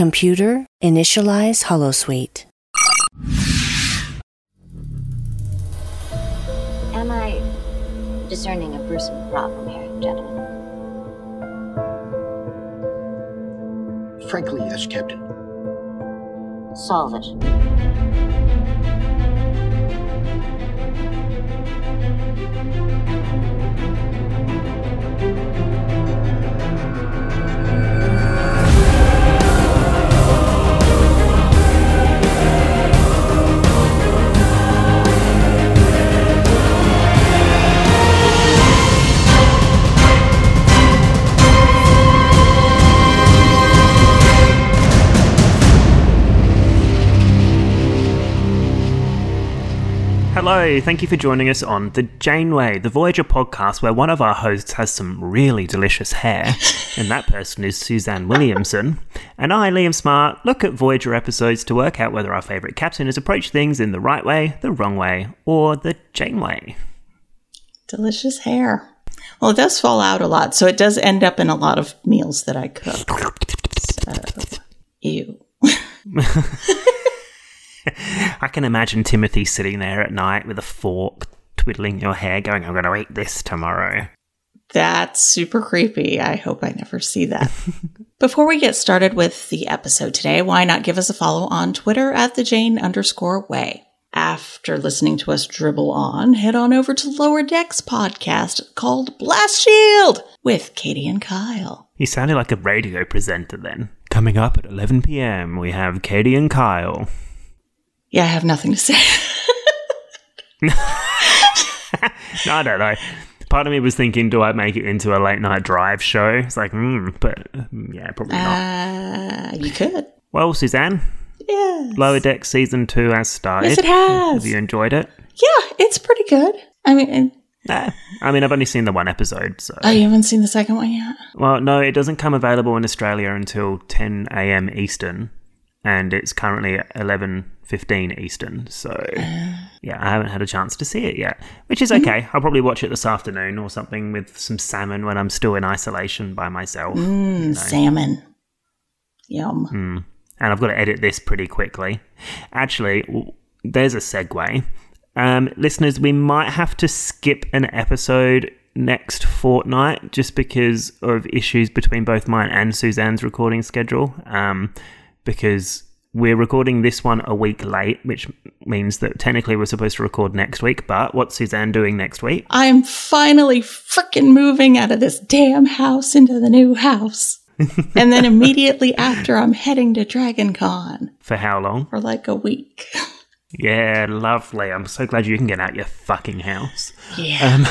Computer, initialize holosuite. Am I discerning a gruesome problem here, gentlemen? Frankly, yes, Captain. Solve it. Hello, thank you for joining us on The Janeway, the Voyager podcast where one of our hosts has some really delicious hair, and that person is Suzanne Williamson. And I, Liam Smart, look at Voyager episodes to work out whether our favourite captain has approached things in the right way, the wrong way, or the Janeway. Delicious hair. Well, it does fall out a lot, so it does end up in a lot of meals that I cook. Ew. I can imagine Timothy sitting there at night with a fork, twiddling your hair, going, I'm going to eat this tomorrow. That's super creepy. I hope I never see that. Before we get started with the episode today, why not give us a follow on Twitter at the Jane underscore way? After listening to us dribble on, head on over to Lower Decks podcast called Blast Shield with Katie and Kyle. He sounded like a radio presenter then. Coming up at 11 p.m., we have Katie and Kyle. Yeah, I have nothing to say. No, I don't know. Part of me was thinking, do I make it into a late night drive show? It's like, hmm, but mm, yeah, probably not. uh, you could. Well, Suzanne, Yeah. Lower Deck Season 2 has started. Yes, it has. Have you enjoyed it? Yeah, it's pretty good. I mean, and- Nah. I mean, I've only seen the one episode, so. oh, you haven't seen the second one yet? Well, no, it doesn't come available in Australia until 10 a.m. Eastern, and it's currently 11:15 Eastern. So, Uh. yeah, I haven't had a chance to see it yet, which Mm-hmm. is okay. I'll probably watch it this afternoon or something with some salmon when I'm still in isolation by myself. Mm, Salmon. Yum. And I've got to edit this pretty quickly. Actually, w- there's a segue. Um, listeners, we might have to skip an episode next fortnight just because of issues between both mine and Suzanne's recording schedule. Um, because we're recording this one a week late, which means that technically we're supposed to record next week. But what's Suzanne doing next week? I'm finally freaking moving out of this damn house into the new house. and then immediately after, I'm heading to Dragon Con For how long? for like a week. Yeah, lovely. I'm so glad you can get out your fucking house. Yeah.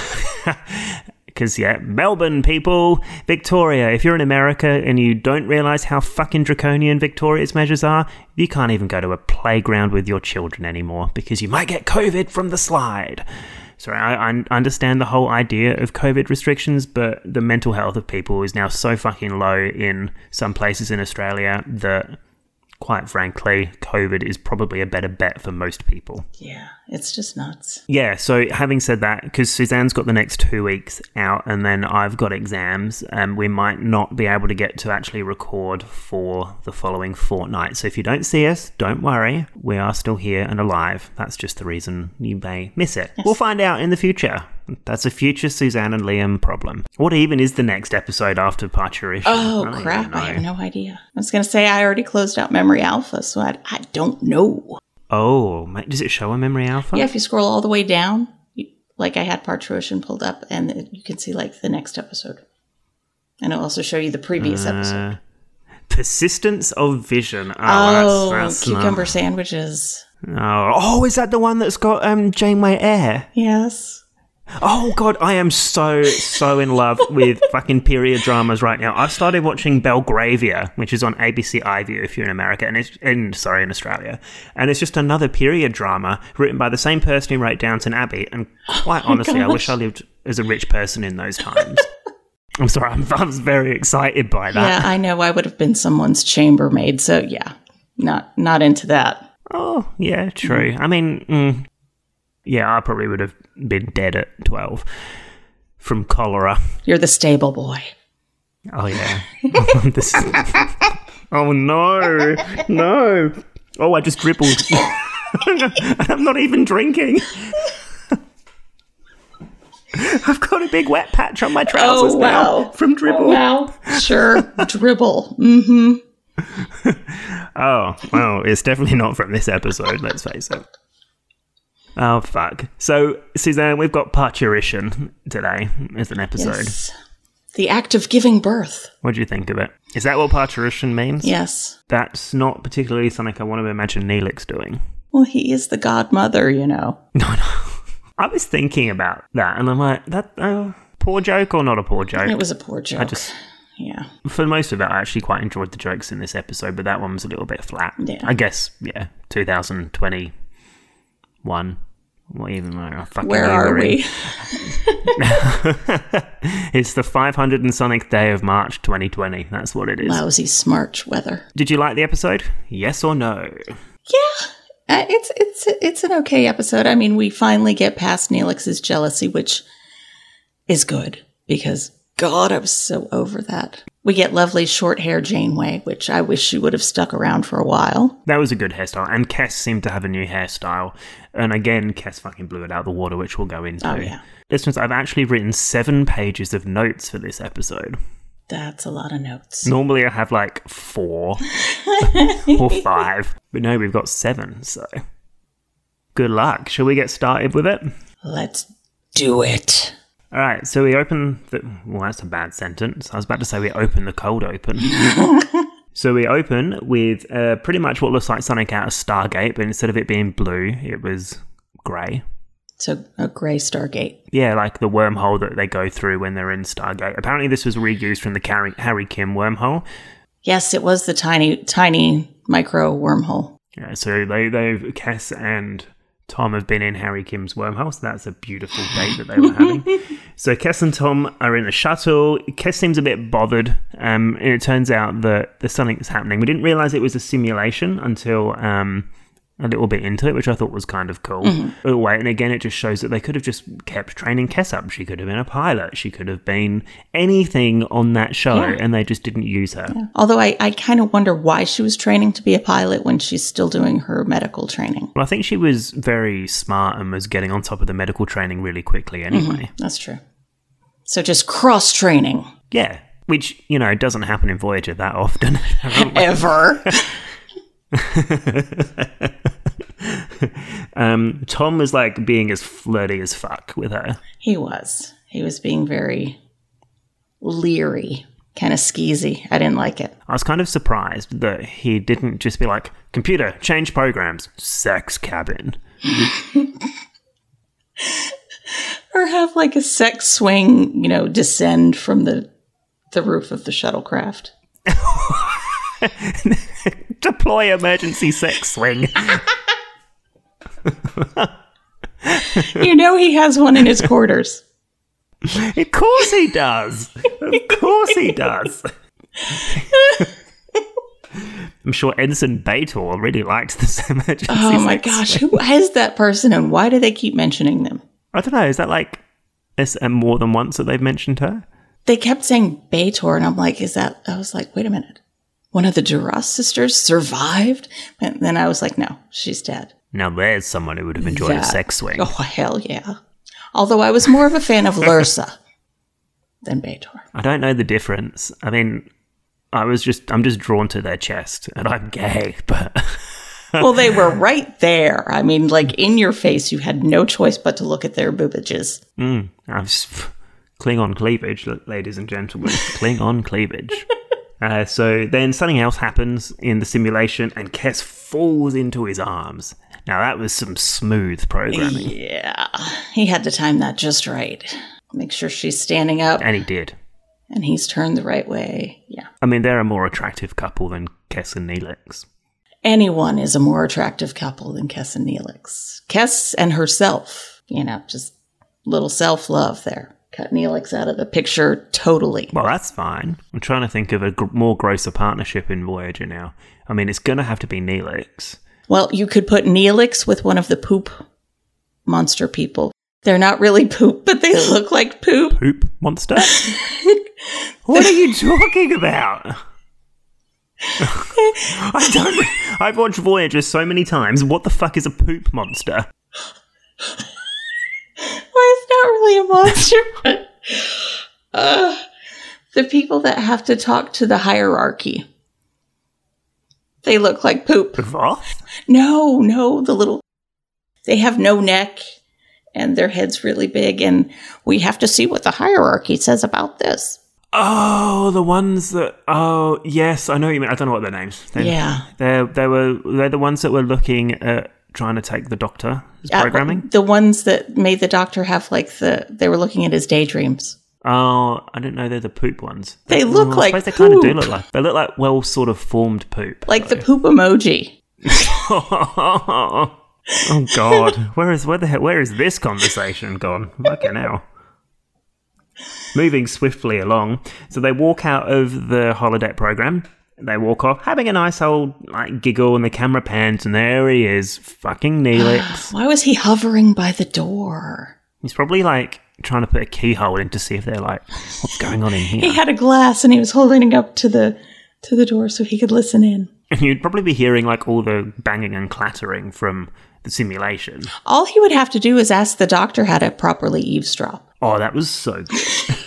Because, yeah, Melbourne people, Victoria, if you're in America and you don't realise how fucking draconian Victoria's measures are, you can't even go to a playground with your children anymore because you might get COVID from the slide. So I, I understand the whole idea of COVID restrictions, but the mental health of people is now so fucking low in some places in Australia that, quite frankly, COVID is probably a better bet for most people. yeah. It's just nuts. Yeah, so having said that, because Suzanne's got the next two weeks out and then I've got exams, um, we might not be able to get to actually record for the following fortnight. So if you don't see us, don't worry. We are still here and alive. That's just the reason you may miss it. We'll find out in the future. That's a future Suzanne and Liam problem. What even is the next episode after Parturition? Oh, don't crap. even I have know. no idea. I was going to say I already closed out Memory Alpha, so I, I don't know. Oh, ma- does it show a memory alpha? Yeah, if you scroll all the way down, you, like I had Parturition pulled up, and it- you can see like the next episode, and it'll also show you the previous Mm. episode. Uh, Persistence of vision. Oh, Oh, that's, that's not- cucumber sandwiches. Oh, oh, is that the one that's got um, Janeway Air? Yes. Oh God, I am so so in love with fucking period dramas right now. I've started watching Belgravia, which is on ABC iView if you're in America, and it's in sorry in Australia, and it's just another period drama written by the same person who wrote Downton Abbey. And quite honestly, I wish I lived as a rich person in those times. I'm sorry, I'm, I was very excited by that. Yeah, I know. I would have been someone's chambermaid, so yeah, not not into that. Oh, yeah, true. I mean, mm, yeah, I probably would have been dead at 12 from cholera. You're the stable boy. Oh, yeah. This- Oh no, no. Oh, I just dribbled. I'm not even drinking. I've got a big wet patch on my trousers Oh, now wow. from dribble. Wow. Sure. Dribble. Mm-hmm. Oh, well, it's definitely not from this episode, let's face it. Oh, fuck. So, Suzanne, we've got parturition today as an episode. Yes. The act of giving birth. What do you think of it? Is that what parturition means? Yes. That's not particularly something I want to imagine Neelix doing. Well, he is the godmother, you know. No, no. I was thinking about that, and I'm like, that uh, poor joke or not a poor joke? It was a poor joke. I just, yeah. for most of it, I actually quite enjoyed the jokes in this episode, but that one was a little bit flat. Yeah. I guess, yeah, 2021. What even? I fucking Where knew are we're in. we? It's the 500 and Sonic day of March 2020. That's what it is. Lousy smarch weather. Did you like the episode? Yes or no? Uh, it's it's it's an okay episode. I mean, we finally get past Neelix's jealousy, which is good because God, I'm so over that. We get lovely short hair Janeway, which I wish she would have stuck around for a while. That was a good hairstyle, and Cass seemed to have a new hairstyle. And again, Cass fucking blew it out of the water, which we'll go into. Oh, yeah. Listeners, I've actually written seven pages of notes for this episode. That's a lot of notes. Normally, I have like four or five, but no, we've got seven. So, good luck. Shall we get started with it? Let's do it. All right, so we open the. Well, that's a bad sentence. I was about to say we open the cold open. so we open with uh, pretty much what looks like Sonic out of Stargate, but instead of it being blue, it was grey. So a gray Stargate. Yeah, like the wormhole that they go through when they're in Stargate. Apparently, this was reused from the Carri- Harry Kim wormhole. Yes, it was the tiny tiny micro wormhole. Yeah, so they, they've Cass and Tom have been in Harry Kim's wormhole, so that's a beautiful date that they were having. so Cass and Tom are in a shuttle. Cass seems a bit bothered, um, and it turns out that there's something that's happening. We didn't realize it was a simulation until um, a little bit into it, which I thought was kind of cool. Oh, wait, and again, it just shows that they could have just kept training Cass up. She could have been a pilot. She could have been anything on that show, and they just didn't use her. Although I, I kind of wonder why she was training to be a pilot when she's still doing her medical training. Well, I think she was very smart and was getting on top of the medical training really quickly anyway. Mm-hmm. That's true. So just cross training. Yeah. Which, you know, doesn't happen in Voyager that often. ever. um, Tom was like being as flirty as fuck with her. he was. He was being very leery, kind of skeezy. I didn't like it. I was kind of surprised that he didn't just be like, computer, change programs, sex cabin. Or have like a sex swing, you know, descend from the the roof of the shuttlecraft. Deploy emergency sex swing. you know he has one in his quarters. of course he does. Of course he does. I'm sure Ensign Bator really liked this emergency Oh my sex gosh, who is that person and why do they keep mentioning them? I don't know. Is that like is, uh, more than once that they've mentioned her? They kept saying Bator and I'm like, is that I was like, wait a minute. One of the Duras sisters survived? And then I was like, no, she's dead. Now there's someone who would have enjoyed a Yeah. sex swing. Oh, hell yeah. Although I was more of a fan of Lursa than Beator. I don't know the difference. I mean, I was just I'm just drawn to their chest, and I'm gay. But Well, they were right there. I mean, like in your face, you had no choice but to look at their boobages. mm, I've s- Klingon cleavage, l- ladies and gentlemen. Klingon cleavage. Uh, so then something else happens in the simulation, and Kes falls into his arms. Now that was some smooth programming, Yeah. He had to time that just right. Make sure she's standing up and he did. and he's turned the right way. Yeah. I mean, they're a more attractive couple than Kes and Neelix. Anyone is a more attractive couple than Kess and Neelix. Kess and herself, you know, just little self love there. Cut Neelix out of the picture totally. Well, that's fine. I'm trying to think of a gr- more grosser partnership in Voyager now. I mean, it's going to have to be Neelix. Well, you could put Neelix with one of the poop monster people. They're not really poop, but they look like poop. Poop monster? what are you talking about? I don't. I've watched Voyager so many times. What the fuck is a poop monster? Well, it's not really a monster, but uh, the people that have to talk to the hierarchy. They look like poop. Voth? No, no, the little. They have no neck and their head's really big, and we have to see what the hierarchy says about this. Oh, the ones that. Oh, yes, I know what you mean. I don't know what their names. They, Yeah. They they were they're the ones that were looking at trying to take the Doctor's Uh, programming. the ones that made the doctor have, like, the. They were looking at his daydreams. Oh, I didn't know they're the poop ones. Oh, They look I like suppose they kind of do poop. look like. They look like well, sort of formed poop. Like the poop emoji. oh God, where is where the he- where is this conversation gone? Fucking hell. Moving swiftly along, so they walk out of the holodeck program. They walk off, having a nice old like giggle, and the camera pans, and there he is, fucking Neelix. Why was he hovering by the door? He's probably like trying to put a keyhole in to see if they're like, what's going on in He here? had a glass and he was holding it up to the to the door so he could listen in. And you'd probably be hearing like all the banging and clattering from the simulation. All he would have to do is ask the doctor how to properly eavesdrop. Oh, that was so good.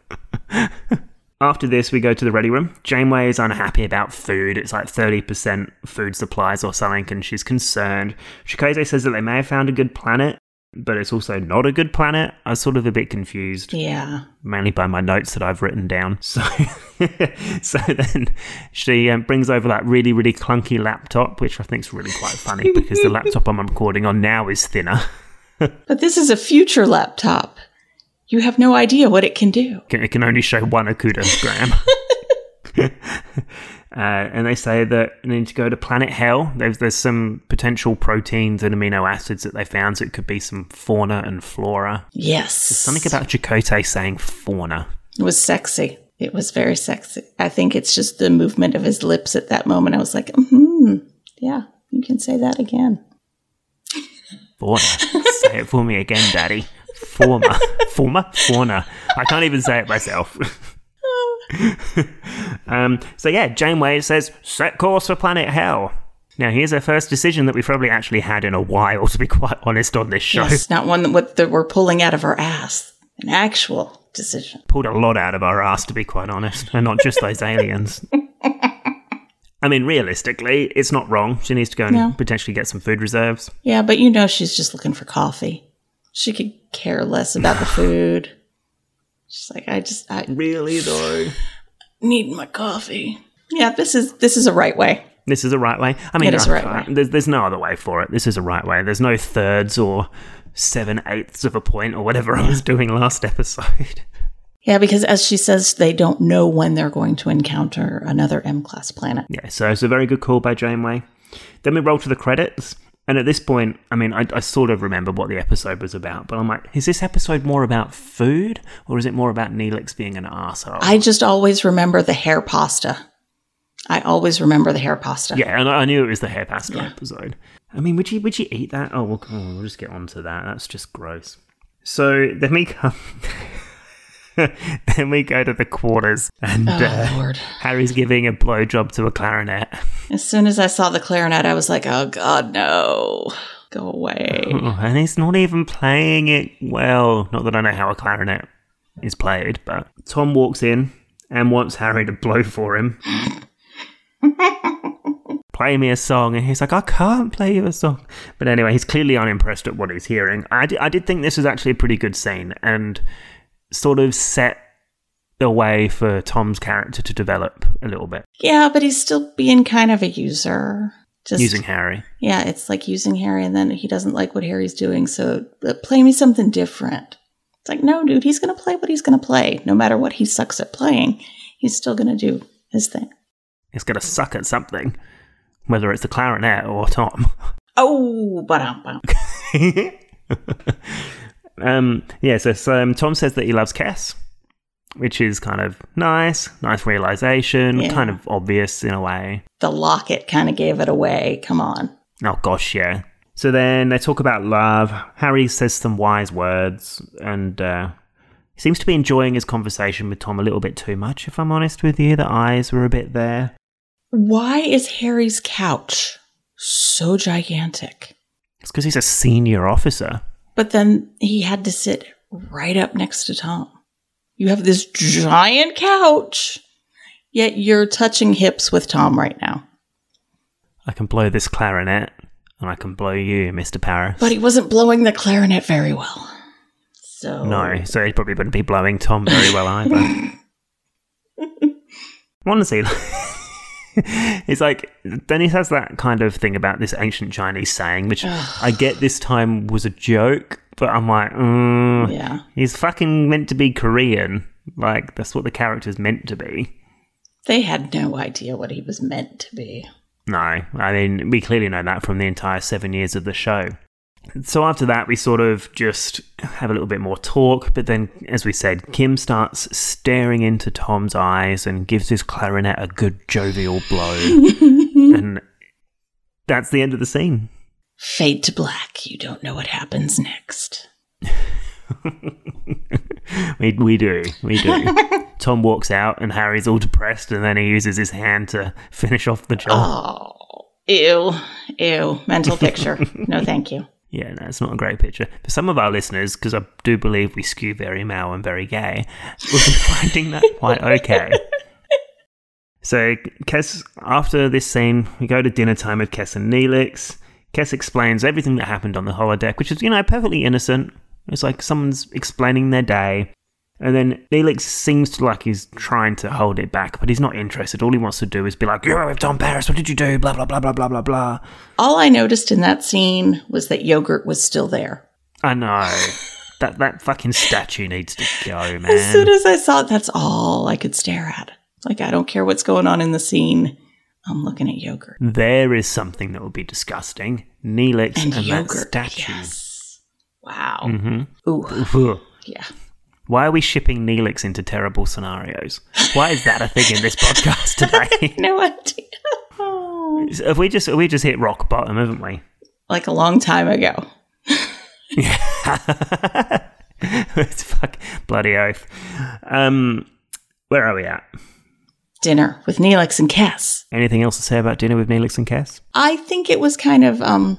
After this, we go to the ready room. Janeway is unhappy about food. It's like 30% food supplies or something, and she's concerned. Shikaze says that they may have found a good planet, but it's also not a good planet. I was sort of a bit confused Yeah. mainly by my notes that I've written down. So, so then she um, brings over that really, really clunky laptop, which I think is really quite funny because the laptop I'm recording on now is thinner. But this is a future laptop. You have no idea what it can do. Can- It can only show one Akuda gram. Uh, and they say that they need to go to planet hell. There's, there's some potential proteins and amino acids that they found, so it could be some fauna and flora. Yes. Something about Chakotay saying fauna. it was sexy. It was very sexy. I think it's just the movement of his lips at that moment. I was like, hmm, yeah, you can say that again. Fauna. say it for me again, Daddy. Forma. Forma? Fauna. I can't even say it myself. um, so, yeah, Janeway says, set course for planet hell. Now, here's our first decision that we've probably actually had in a while, to be quite honest, on this show. Yes, not one that, what, that we're pulling out of our ass. An actual decision. Pulled a lot out of our ass, to be quite honest, and not just those aliens. I mean, realistically, it's not wrong. She needs to go and No. potentially get some food reserves. Yeah, but you know she's just looking for coffee. She could care less about the food. She's like, I just I Really, though? need my coffee. Yeah, this is this is a right way. This is the right way. I mean, It is the right I- way. There's, there's no other way for it. This is the right way. There's no thirds or seven eighths of a point or whatever I was doing last episode. Yeah, because as she says, they don't know when they're going to encounter another M class planet. Yeah, so it's a very good call by Janeway. Then we roll to the credits. And at this point, I mean, I, I sort of remember what the episode was about, but I'm like, is this episode more about food or is it more about Neelix being an arsehole? I just always remember the hair pasta. I always remember the hair pasta. yeah, and I I knew it was the hair pasta episode. I mean, would you would you eat that? Oh, we'll, oh, we'll just get onto that. That's just gross. So then we come, then we go to the quarters, and Oh uh, Lord. Harry's giving a blowjob to a clarinet. As soon as I saw the clarinet, I was like, oh God, no. Go away. Oh, and he's not even playing it well. Not that I know how a clarinet is played, but Tom walks in and wants Harry to blow for him. play me a song, and he's like, I can't play you a song. But anyway, he's clearly unimpressed at what he's hearing. I di- I did think this was actually a pretty good scene and sort of set the way for Tom's character to develop a little bit Yeah, but he's still being kind of a user. Just using Harry. Yeah, it's like using Harry, and then he doesn't like what Harry's doing, so uh, play me something different. It's like, no, dude, he's going to play what he's going to play. No matter what he sucks at playing, he's still going to do his thing. He's going to suck at something, whether it's the clarinet or Tom. Oh, ba um, yeah, so, so, um, Tom says that he loves Cass, which is kind of nice, nice realization, Yeah. kind of obvious in a way. The locket kind of gave it away. Come on. Oh gosh, yeah. So then they talk about love. Harry says some wise words, and uh, He seems to be enjoying his conversation with Tom a little bit too much, if I'm honest with you. The eyes were a bit there. Why is Harry's couch so gigantic? It's because he's a senior officer. But then he had to sit right up next to Tom. You have this giant couch, yet you're touching hips with Tom right now. I can blow this clarinet, and I can blow you, Mr. Paris. But he wasn't blowing the clarinet very well. So No, so he probably wouldn't be blowing Tom very well either. Honestly, it's like Dennis has that kind of thing about this ancient Chinese saying, which I get this time was a joke, but I'm like, mm, Yeah. he's fucking meant to be Korean. Like that's what the character's meant to be. They had no idea what he was meant to be. No, I mean, we clearly know that from the entire seven years of the show. So after that, we sort of just have a little bit more talk. But then, as we said, Kim starts staring into Tom's eyes and gives his clarinet a good jovial blow. and that's the end of the scene. Fade to black. You don't know what happens next. We, we do. We do. Tom walks out, and Harry's all depressed. And then he uses his hand to finish off the job. Oh, ew, ew. Mental picture. no, thank you. Yeah, no, it's not a great picture. For some of our listeners, because I do believe we skew very male and very gay, we'll be finding that quite okay. So, Kes, after this scene, we go to dinner time with Kes and Neelix. Kes explains everything that happened on the holodeck, which is, you know, perfectly innocent. It's like someone's explaining their day. And then Neelix seems to like he's trying to hold it back, but he's not interested. All he wants to do is be like, You were with Tom Paris, what did you do? Blah, blah, blah, blah, blah, blah, blah. All I noticed in that scene was that yogurt was still there. I know. that that fucking statue needs to go, As soon man. as I saw it, that's all I could stare at. Like, I don't care what's going on in the scene. I'm looking at yogurt. There is something that will be disgusting. Neelix and, And, that yogurt. statue. Yes. Wow. Mhm. Ooh. Ugh. Yeah. Why are we shipping Neelix into terrible scenarios? Why is that a thing in this podcast today? No idea. Oh. have we just have we just hit rock bottom, haven't we? Like a long time ago. it's fuck bloody oath. Um, where are we at? Dinner with Neelix and Cass. Anything else to say about dinner with Neelix and Cass? I think it was kind of um,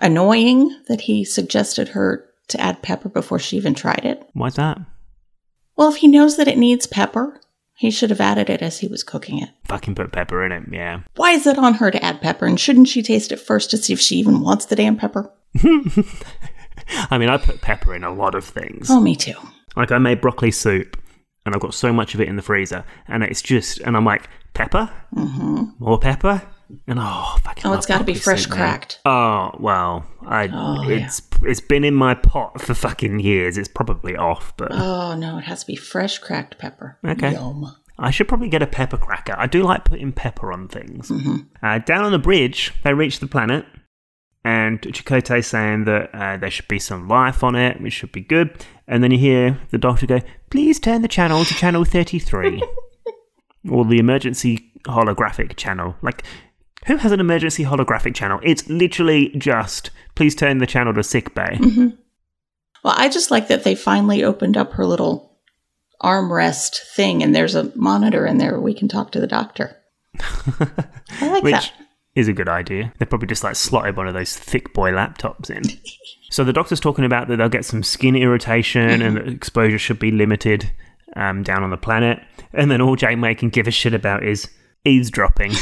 annoying that he suggested her to add pepper before she even tried it. Why's that? Well, if he knows that it needs pepper, he should have added it as he was cooking it. Fucking put pepper in it. Yeah. Why is it on her to add pepper? And shouldn't she taste it first to see if she even wants the damn pepper? I mean, I put pepper in a lot of things. Oh, me too. Like I made broccoli soup, and I've got so much of it in the freezer, and it's just, and I'm like, pepper, mm-hmm. more pepper, and oh, fucking. Oh, it's got to be fresh cracked. cracked. Oh well, I Oh, yeah. it's it's been in my pot for fucking years. It's probably off, but Oh, no, it has to be fresh cracked pepper. Okay. Yum. I should probably get a pepper cracker. I do like putting pepper on things. Mm-hmm. Uh, down on the bridge, they reach the planet, and Chakotay's saying that uh, there should be some life on it, which should be good. And then you hear the doctor go, "Please turn the channel to channel 33," or the emergency holographic channel. Like, who has an emergency holographic channel? It's literally just, "Please turn the channel to sick bay." Mm-hmm. Well, I just like that they finally opened up her little armrest thing, and there's a monitor in there. We can talk to the doctor. I like which that. is a good idea. They probably just like slotted one of those thick boy laptops in. so the doctor's talking about that they'll get some skin irritation and Mm-hmm. that exposure should be limited um, down on the planet. And then all Jane May can give a shit about is eavesdropping.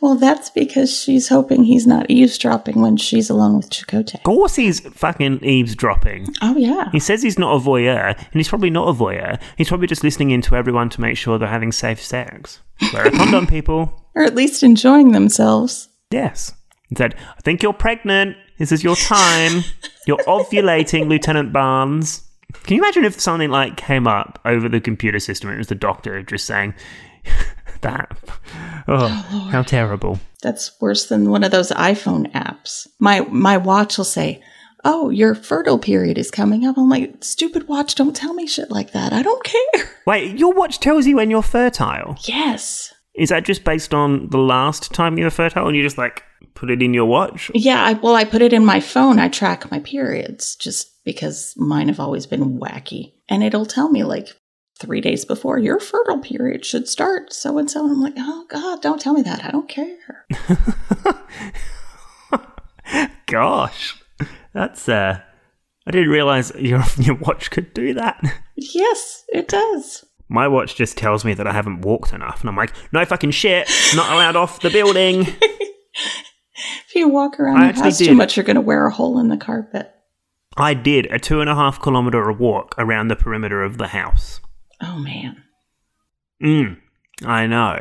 Well, that's because she's hoping he's not eavesdropping when she's alone with Chakotay. of course he's fucking eavesdropping. Oh yeah. He says he's not a voyeur, and he's probably not a voyeur. He's probably just listening in to everyone to make sure they're having safe sex. Wear a condom, people. Or at least enjoying themselves. Yes. He said, I think you're pregnant. This is your time. You're ovulating, Lieutenant Barnes. Can you imagine if something like came up over the computer system? It was the doctor just saying that. Oh, how terrible. That's worse than one of those iPhone apps. My my watch will say, "Oh, your fertile period is coming up." I'm like, "Stupid watch, don't tell me shit like that. I don't care." Wait, your watch tells you when you're fertile. Yes. Is that just based on the last time you were fertile and you just like put it in your watch? Yeah, I, well, I put it in my phone. I track my periods just because mine have always been wacky. And it'll tell me like three days before your fertile period should start, so and so. And I'm like, oh, God, don't tell me that. I don't care. Gosh, that's uh, I didn't realize your your watch could do that. yes, it does. My watch just tells me that I haven't walked enough, and I'm like, no fucking shit, not allowed off the building. If you walk around I the actually house did. too much, you're going to wear a hole in the carpet. I did a two and a half kilometer walk around the perimeter of the house. Oh, man. Mm, I know.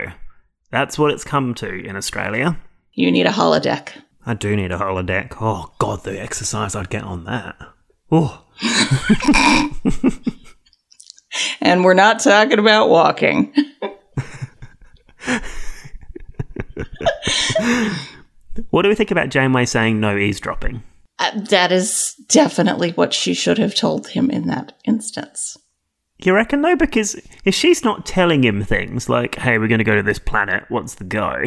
That's what it's come to in Australia. You need a holodeck. I do need a holodeck. Oh god, the exercise I'd get on that. Oh, And we're not talking about walking. what do we think about Janeway saying no eavesdropping? Uh, that is definitely what she should have told him in that instance. You reckon though? Because if she's not telling him things like, "Hey, we're going to go to this planet. What's the go?"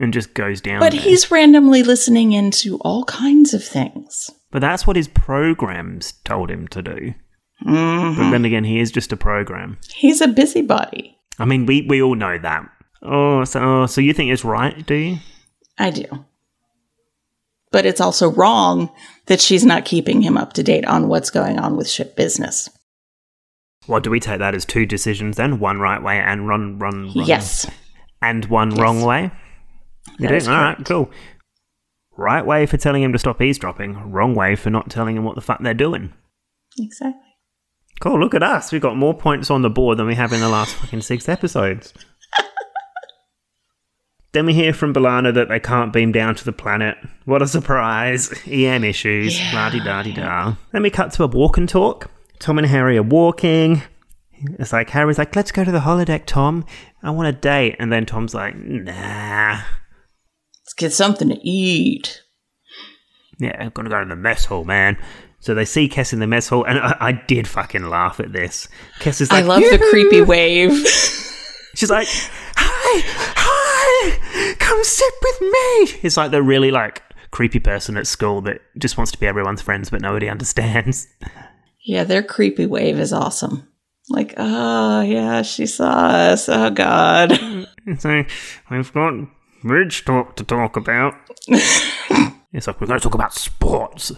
and just goes down, But there- he's randomly listening into all kinds of things. But that's what his programs told him to do. Mm. But then again, he is just a program. He's a busybody. I mean, we we all know that. Oh, so oh, so you think it's right, do you? I do. But it's also wrong that she's not keeping him up to date on what's going on with ship business. What do we take that as two decisions then? One right way and run run run. Yes. and one Yes. wrong way. You That do? is All right, correct. cool. Right way for telling him to stop eavesdropping, wrong way for not telling him what the fuck they're doing. Exactly. Cool, look at us. We've got more points on the board than we have in the last fucking six episodes. then we hear from Balana that they can't beam down to the planet. What a surprise. EM issues. Yeah. La di da di da. Then we cut to a walk and talk. Tom and Harry are walking. It's like Harry's like, let's go to the holodeck, Tom. I want a date. And then Tom's like, nah. Let's get something to eat. Yeah, I'm gonna go to the mess hall, man. So they see Kess in the mess hall, and I, I did fucking laugh at this. Kess is like, I love the creepy wave. She's like, "Hi, hi, come sit with me." It's like the really like creepy person at school that just wants to be everyone's friends, but nobody understands. yeah, their creepy wave is awesome. Like, oh, yeah, she saw us. Oh, God. And so we've got bridge talk to talk about. it's like we're going to talk about sports.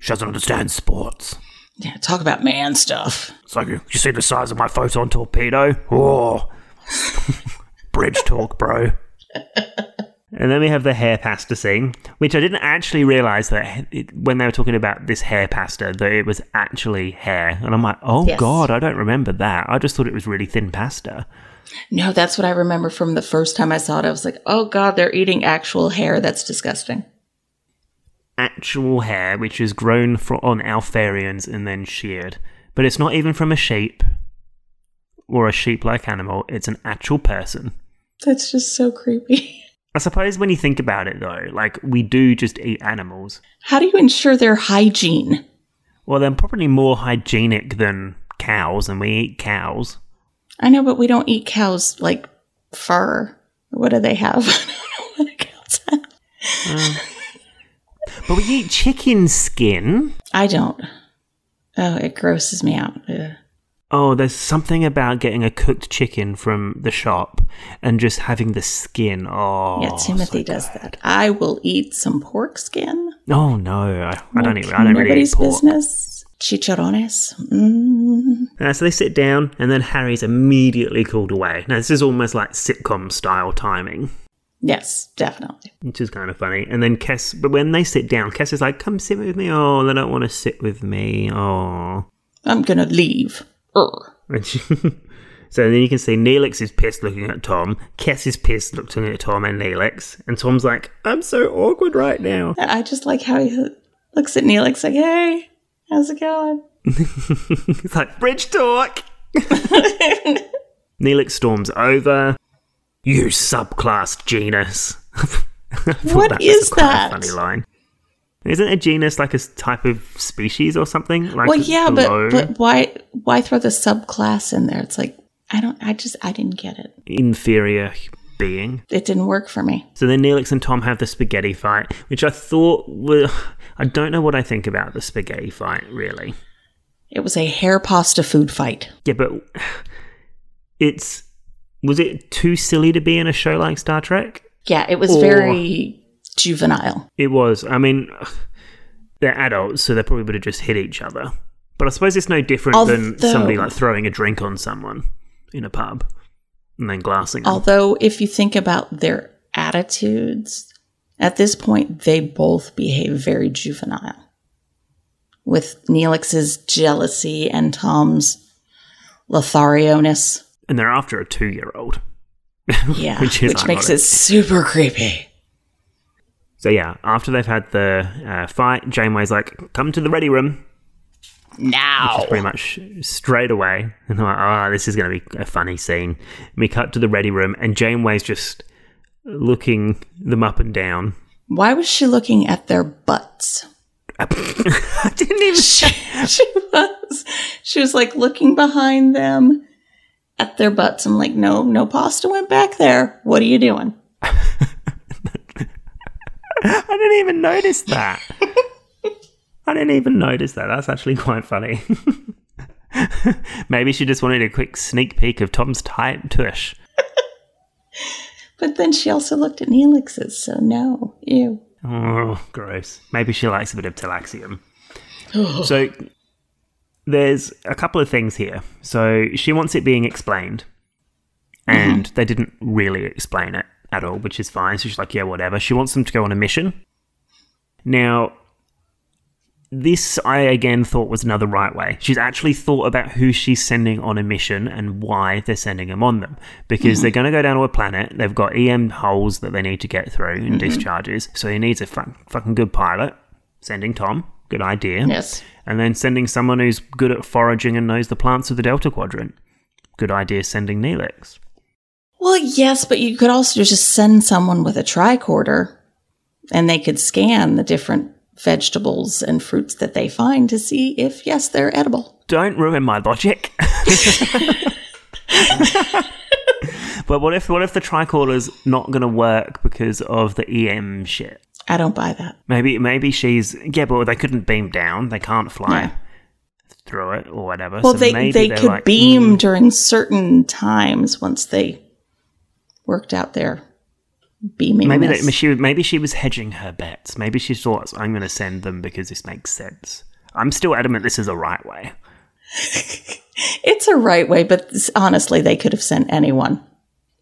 She doesn't understand sports. Yeah, talk about man stuff. It's like you see the size of my photon torpedo. Oh, bridge talk, bro. and then we have the hair pasta scene, which I didn't actually realize that it, when they were talking about this hair pasta that it was actually hair, and I'm like, oh Yes. god, I don't remember that. I just thought it was really thin pasta. No, that's what I remember from the first time I saw it. I was like, oh, God, they're eating actual hair. That's disgusting. actual hair which is grown fro on Alfarians and then sheared. But it's not even from a sheep or a sheep like animal, it's an actual person. That's just so creepy. I suppose when you think about it though, like we do just eat animals. How do you ensure their hygiene? Well, they're probably more hygienic than cows, and we eat cows. I know, but we don't eat cows like fur. What do they have? I don't know what the cows have. But we eat chicken skin. I don't. Oh, it grosses me out. Ugh. Oh, there's something about getting a cooked chicken from the shop and just having the skin. Oh, yeah, Timothy so does good. that. I will eat some pork skin. Oh no, I, I don't. Like Even, I don't really nobody's eat pork. business. Chicharrones. Mm. Uh, so they sit down, and then Harry's immediately called away. Now, this is almost like sitcom style timing, Yes, definitely. which is kind of funny. And then Kess, but when they sit down, Kess is like, come sit with me. Oh, they don't want to sit with me. Oh. I'm gonna leave. Ugh. And she- so then you can see Neelix is pissed looking at Tom, Kess is pissed looking at Tom and Neelix, and Tom's like, I'm so awkward right now. I just like how he looks at Neelix like, "Hey, how's it going?" it's like, bridge talk. Neelix storms over. You subclass genus. I thought What was is quite a that? funny line. Isn't a genus like a s- type of species or something? Like well, yeah, below? but but why why throw the subclass in there? It's like I don't. I just I didn't get it. inferior h- being. It didn't work for me. So then Neelix and Tom have the spaghetti fight, which I thought were. I don't know what I think about the spaghetti fight, really. It was a hair pasta food fight. Yeah, but it's. Was it too silly to be in a show like Star Trek? Yeah, it was Or- very juvenile. It was. I mean, they're adults, so they probably would have just hit each other. But I suppose it's no different than Although- somebody like throwing a drink on someone in a pub and then glassing them. Although, if you think about their attitudes, at this point, they both behave very juvenile. With Neelix's jealousy and Tom's letharioness. and they're after a two-year-old. Yeah. Which which is makes ironic. it super creepy. So yeah, after they've had the uh, fight, Janeway's like, "Come to the ready room." Now. Pretty much straight away, and I'm like, "Oh, this is going to be a funny scene." And we cut to the ready room, and Janeway's just looking them up and down. Why was she looking at their butts? I didn't even. she, she was she was like looking behind them at their butts. I'm like, no, no pasta went back there. What are you doing? I didn't even notice that. I didn't even notice that. That's actually quite funny. Maybe she just wanted a quick sneak peek of Tom's tight tush. But then she also looked at Neelix's, so no, ew. Oh, gross. Maybe she likes a bit of Talaxium. so there's a couple of things here. So she wants it being explained, and they didn't really explain it at all, which is fine. So she's like, yeah, whatever. She wants them to go on a mission. Now, this I again thought was another right way. She's actually thought about who she's sending on a mission and why they're sending them on them. Because they're going to go down to a planet, they've got EM holes that they need to get through and discharges. So he needs a fu- fucking good pilot. Sending Tom, good idea Yes. and then sending someone who's good at foraging and knows the plants of the Delta Quadrant. Good idea sending Neelix. Well, yes, but you could also just send someone with a tricorder and they could scan the different vegetables and fruits that they find to see if yes, they're edible. Don't ruin my logic. but what if what if the tricorder's not going to work because of the EM shit? I don't buy that. Maybe maybe she's yeah, but they couldn't beam down. They can't fly Yeah. through it or whatever. Well, so they, maybe they they're could like, "Hmm." beam during certain times once they worked out their beaming. Maybe that she maybe she was hedging her bets. Maybe she thought I'm going to send them because this makes sense. I'm still adamant this is the right way. it's a right way, but s- honestly, they could have sent anyone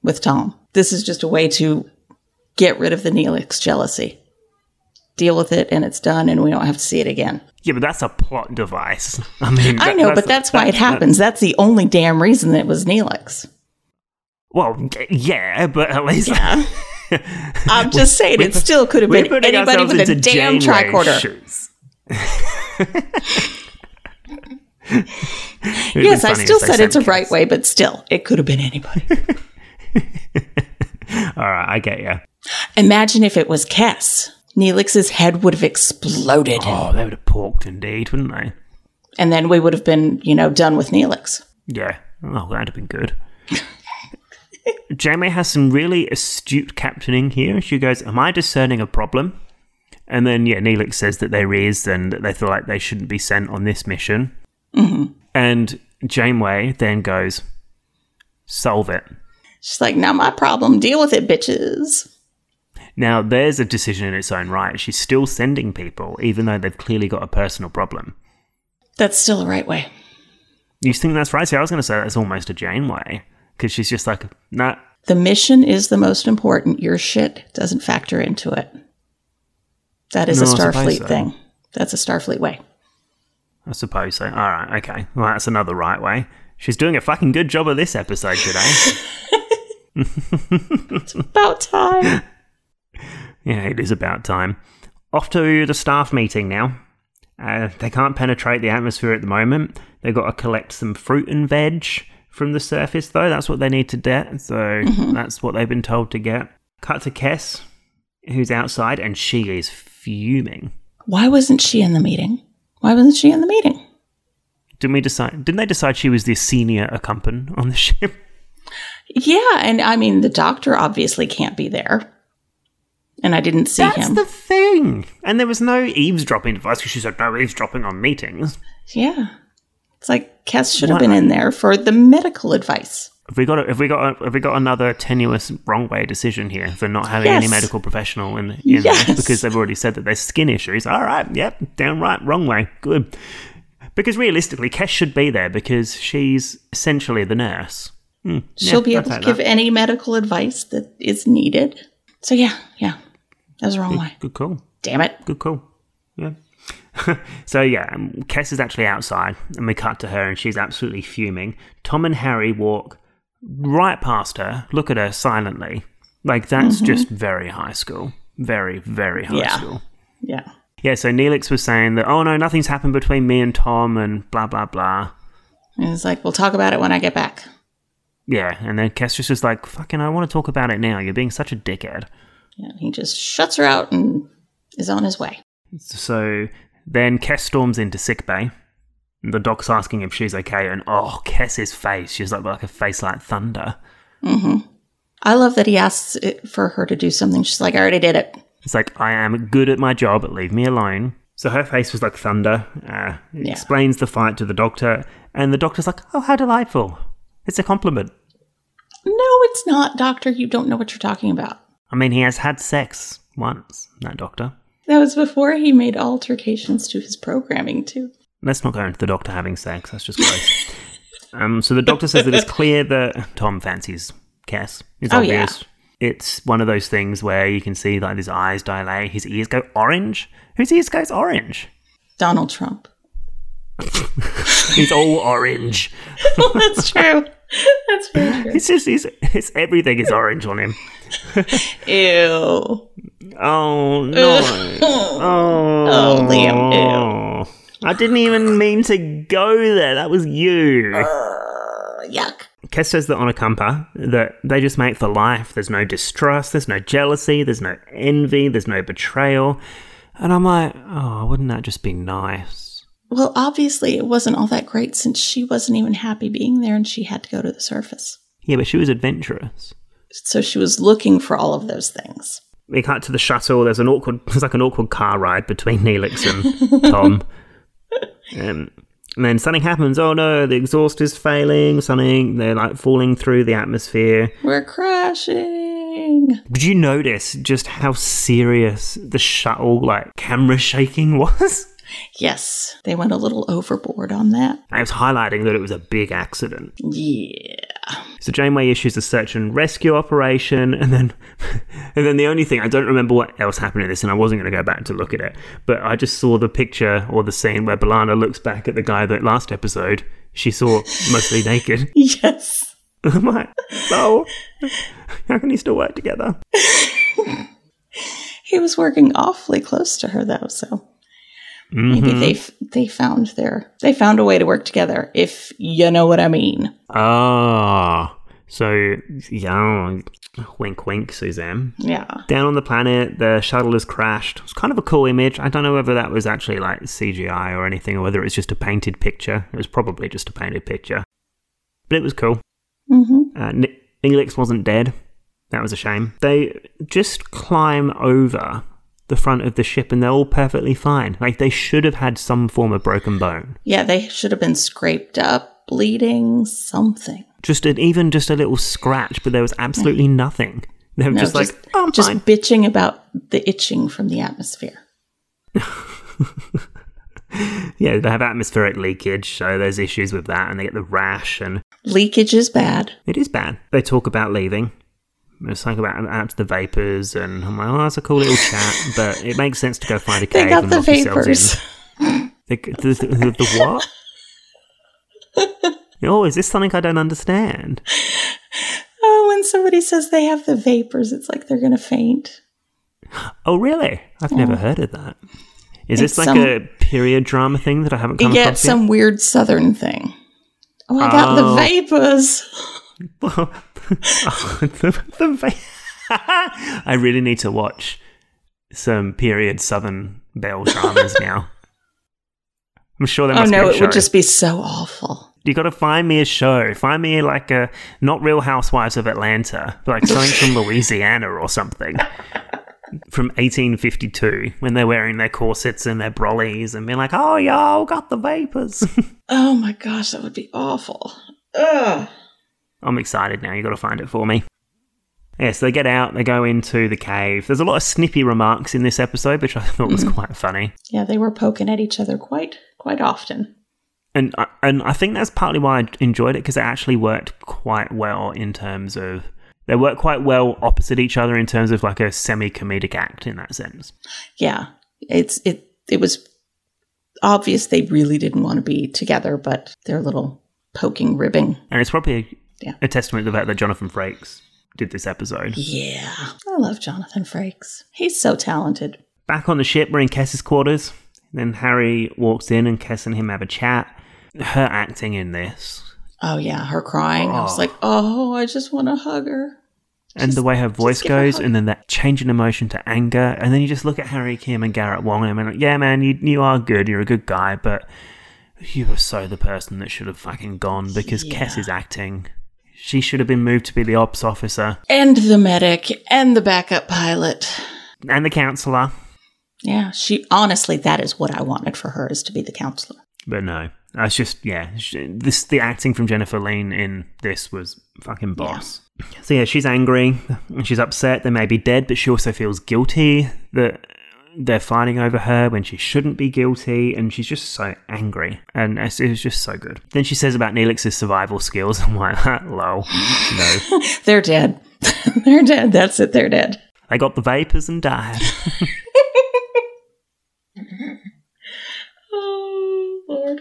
with Tom. This is just a way to get rid of the Neelix jealousy. Deal with it, and it's done, and we don't have to see it again. Yeah, but that's a plot device. I mean, I Mm, that- know, but that's why it that- happens. That's the only damn reason that it was Neelix. well, y- yeah, but at least I'm just saying, it still could have we're been putting anybody ourselves with into a damn Janeway tricorder. shoes. Yes, I still said it's a right way, but still, it could have been anybody. All right, I get you. Imagine if it was Cass. Neelix's head would have exploded. Oh, they would have porked indeed, wouldn't they? And then we would have been, you know, done with Neelix. Yeah. Oh, that'd have been good. Janeway has some really astute captaining here. She goes, Am I discerning a problem? And then, yeah, Neelix says that there is and that they feel like they shouldn't be sent on this mission. Mm-hmm. And Janeway then goes, Solve it. She's like, not my problem. Deal with it, bitches. Now, there's a decision in its own right. She's still sending people, even though they've clearly got a personal problem. That's still the right way. You think that's right? See, I was going to say that's almost a Janeway because she's just like, Nah, The mission is the most important. Your shit doesn't factor into it. That is a No, I suppose Starfleet so. thing. That's a Starfleet way. I suppose so. All right, okay. Well, that's another right way. She's doing a fucking good job of this episode today. About time. yeah, it is about time. Off to the staff meeting now. Uh, they can't penetrate the atmosphere at the moment. They've got to collect some fruit and veg from the surface, though. That's what they need to get. So that's what they've been told to get. Cut to Kess, who's outside, and she is fuming. Why wasn't she in the meeting? Why wasn't she in the meeting? Didn't we decide? Didn't they decide she was the senior accompaniant on the ship? Yeah, and I mean, the doctor obviously can't be there. And I didn't see That's him. the thing. And there was no eavesdropping device because she said no eavesdropping on meetings. yeah. It's like Cass should have Why? been in there for the medical advice. Have we got a, have we got a, have we got another tenuous wrong way decision here for not having any Yes. medical professional in, in there? Yes. because they've already said that they're skin issues. All right, yep, downright wrong way. Good. Because realistically, Kes should be there because she's essentially the nurse. Hmm, yeah, She'll be I'll able to take give that. any medical advice that is needed. So, yeah, yeah. That was the wrong way. Good call. Damn it. Good call. Yeah. so yeah, um, Kes is actually outside, and we cut to her, and she's absolutely fuming. Tom and Harry walk right past her, look at her silently. Like that's just very high school, very very high Yeah. school. Yeah. Yeah. So Neelix was saying that oh no, nothing's happened between me and Tom, and blah blah blah. And it's like, we'll talk about it when I get back. Yeah, and then Kes just is like, "Fucking, I want to talk about it now. You're being such a dickhead." Yeah, he just shuts her out and is on his way. So then Kes storms into sickbay. The doc's asking if she's okay, and oh, Kes's face. She's like, like a face like thunder. Mm-hmm. I love that he asks it for her to do something. She's like, I already did it. It's like, I am good at my job, leave me alone. So her face was like thunder. Uh, it Yeah. Explains the fight to the doctor, and the doctor's like, oh, how delightful. It's a compliment. No, it's not, doctor. You don't know what you're talking about. I mean, he has had sex once, that doctor. That was before he made altercations to his programming, too. Let's not go into the doctor having sex. That's just gross. um, so the doctor says that it's clear that Tom fancies Cass. It's Oh, yeah. obvious. It's one of those things where you can see like his eyes dilate, his ears go orange. Whose ears goes orange? Donald Trump. He's all orange. Oh, That's true. That's very true. It's just he's, it's everything is orange on him. Ew. Oh no! oh, Oh, Liam, I didn't even mean to go there. That was you. Uh, Oh. Yuck. Kes says that on a Kampa that they just make for life. There's no distrust, there's no jealousy, there's no envy, there's no betrayal. And I'm like, oh, wouldn't that just be nice? Well, obviously, it wasn't all that great since she wasn't even happy being there and she had to go to the surface. Yeah, but she was adventurous. So she was looking for all of those things. We cut to the shuttle. There's an awkward, there's like an awkward car ride between Neelix and Tom. Um, and then something happens. Oh no, the exhaust is failing. Something they're like falling through the atmosphere. We're crashing. Did you notice just how serious the shuttle like camera shaking was? Yes, they went a little overboard on that. I was highlighting that it was a big accident. Yeah. So Janeway issues a search and rescue operation, and then, and then the only thing I don't remember what else happened in this, and I wasn't going to go back to look at it, but I just saw the picture or the scene where Balana looks back at the guy that last episode she saw mostly naked. Yes. I'm like, oh, how can you still work together? He was working awfully close to her though, so maybe Mm-hmm. they f- they found their they found a way to work together if you know what I mean. Ah, so yeah, wink, wink, Suzanne. Yeah. down on the planet, the shuttle has crashed. It's kind of a cool image. I don't know whether that was actually like CGI or anything, or whether it's just a painted picture. It was probably just a painted picture, but it was cool. hmm Uh, N- Neelix wasn't dead. That was a shame. They just climb over the front of the ship, and they're all perfectly fine. Like they should have had some form of broken bone, Yeah, they should have been scraped up, bleeding, something. just an, even just a little scratch, but there was absolutely nothing. They were No, just, like, "Oh, I'm just fine. bitching about the itching from the atmosphere. Yeah, they have atmospheric leakage, so there's issues with that, and they get the rash, and Leakage is bad. it is bad. They talk about leaving. It's like about out to the vapors, and I'm like, oh, that's a cool little chat, but it makes sense to go find a They cave got and the lock yourselves in. vapors. The, the, the, the what? oh, is this something I don't understand? Oh, when somebody says they have the vapors, it's like they're gonna faint. Oh, really? I've never heard of that. Is this It's um, like some- a period drama thing that I haven't come yeah, it's across yet? some weird southern thing. Oh, I got Oh. the vapors. Well, the, the va- I really need to watch some period Southern Belle dramas now. I'm sure there Oh must no, be a it would show. just be so awful. You got to find me a show. Find me like a not Real Housewives of Atlanta, but like something from Louisiana or something from 1852 when they're wearing their corsets and their brollies and being like, "Oh, y'all got the vapors." Oh my gosh, that would be awful. Ugh. I'm excited now. You got to find it for me. Yeah, so they get out. They go into the cave. There's a lot of snippy remarks in this episode, which I thought was quite funny. Yeah, they were poking at each other quite quite often. and I- and I think that's partly why I enjoyed it because it actually worked quite well in terms of they work quite well opposite each other in terms of like a semi comedic act in that sense. Yeah. It's it it was obvious they really didn't want to be together, but their little poking ribbing. And it's probably Yeah. a testament to the fact that Jonathan Frakes did this episode. Yeah. I love Jonathan Frakes. He's so talented. Back on the ship, we're in Kess's quarters. Then Harry walks in and Kess and him have a chat. Her acting in this Oh yeah, her crying. I was Oh. like, "Oh, I just want to hug her." and the way her voice give her a goes, hug. and then that change in emotion to anger, and then you just look at Harry Kim and Garrett Wong, and I'm like, yeah, man, you you are good, you're a good guy, but you were so the person that should have fucking gone because Kess Yeah. is acting. She should have been moved to be the ops officer And the medic and the backup pilot. and the counselor, Yeah, she honestly that is what I wanted for her is to be the counselor. but no, that's just yeah. sh this the acting from Jennifer Lean in this was fucking boss. So yeah, she's angry, and she's upset. They may be dead, but she also feels guilty that they're fighting over her when she shouldn't be guilty, and she's just so angry. And it's, it was just so good. Then she says about Neelix's survival skills. I'm like, "Huh, lol, no. They're dead. they're dead. That's it. They're dead. They got the vapors and died. Oh Lord.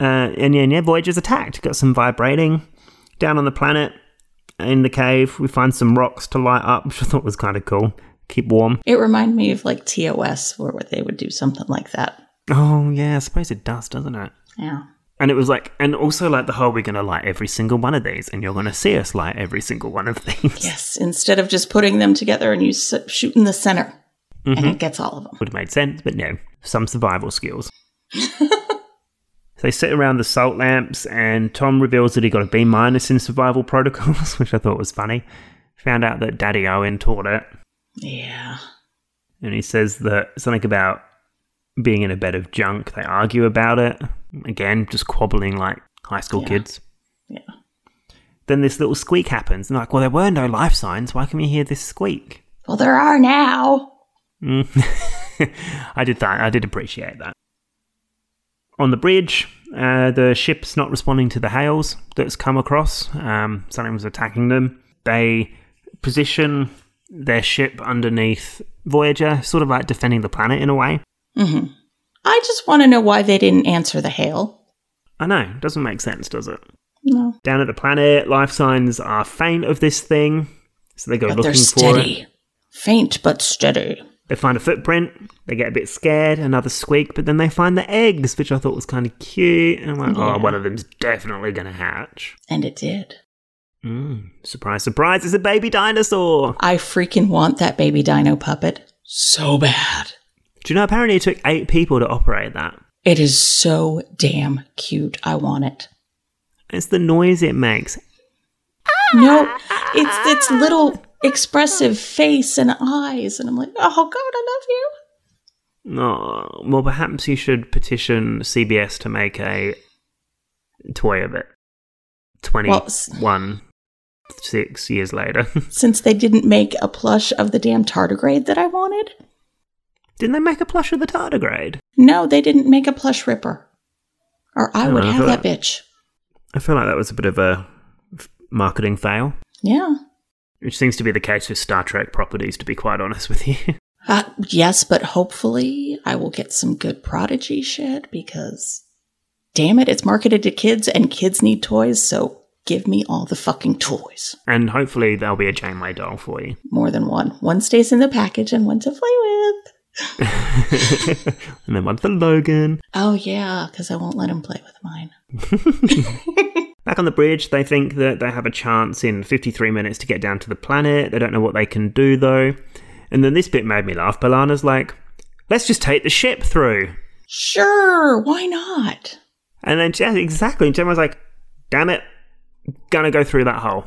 Uh, and yeah, yeah, Voyager's attacked. Got some vibrating down on the planet in the cave. We find some rocks to light up, which I thought was kind of cool. Keep warm. It reminded me of like TOS where they would do something like that. Oh yeah, I suppose it does, doesn't it? Yeah. And it was like, and also like the whole we're gonna light every single one of these, and you're gonna see us light every single one of these. Yes. Instead of just putting them together and you s- shoot in the center Mm-hmm. and it gets all of them. Would have made sense, but no, some survival skills. they sit around the salt lamps, and Tom reveals that he got a B minus in survival protocols, which I thought was funny. Found out that Daddy Owen taught it. Yeah. and he says that something about being in a bed of junk. They argue about it again, just quabbling like high school Yeah. kids. Yeah. Then this little squeak happens, and like, well, there were no life signs. Why can we hear this squeak? Well, there are now. Mm. I did that. I did appreciate that. On the bridge, uh, the ship's not responding to the hails that's come across. Um, something was attacking them. They position their ship underneath Voyager, sort of like defending the planet in a way. hmm I just want to know why they didn't answer the hail. I know, doesn't make sense, does it? No. Down at the planet, life signs are faint of this thing, so they go But they're looking for it. steady. Faint but steady. They find a footprint, they get a bit scared, another squeak, but then they find the eggs, which I thought was kind of cute. And I'm like, Yeah. oh, one of them's definitely going to hatch. And it did. Mm, surprise, surprise, it's a baby dinosaur. I freaking want that baby dino puppet so bad. Do you know, apparently it took eight people to operate that. It is so damn cute. I want it. It's the noise it makes. No, it's its little expressive face and eyes, and I'm like, oh god, I love you. Oh, well, perhaps you should petition CBS to make a toy of it. 21 six years later. Since they didn't make a plush of the damn tardigrade that I wanted, Didn't they make a plush of the tardigrade? no, they didn't make a plush ripper, or I Oh, would I have thought- that bitch. I feel like that was a bit of a f- marketing fail, Yeah. which seems to be the case with Star Trek properties, to be quite honest with you. Uh, yes, but hopefully I will get some good prodigy shit because, damn it, it's marketed to kids and kids need toys, so give me all the fucking toys. and hopefully there'll be a Janeway doll for you. More than one. One stays in the package and one to play with. and then one for Logan. Oh yeah, because I won't let him play with mine. Back on the bridge, they think that they have a chance in 53 minutes to get down to the planet. They don't know what they can do, though. And then this bit made me laugh. Balana's like, let's just take the ship through. Sure, why not? And then Jen, exactly, and Jen was like, "Damn it, gonna go through that hole."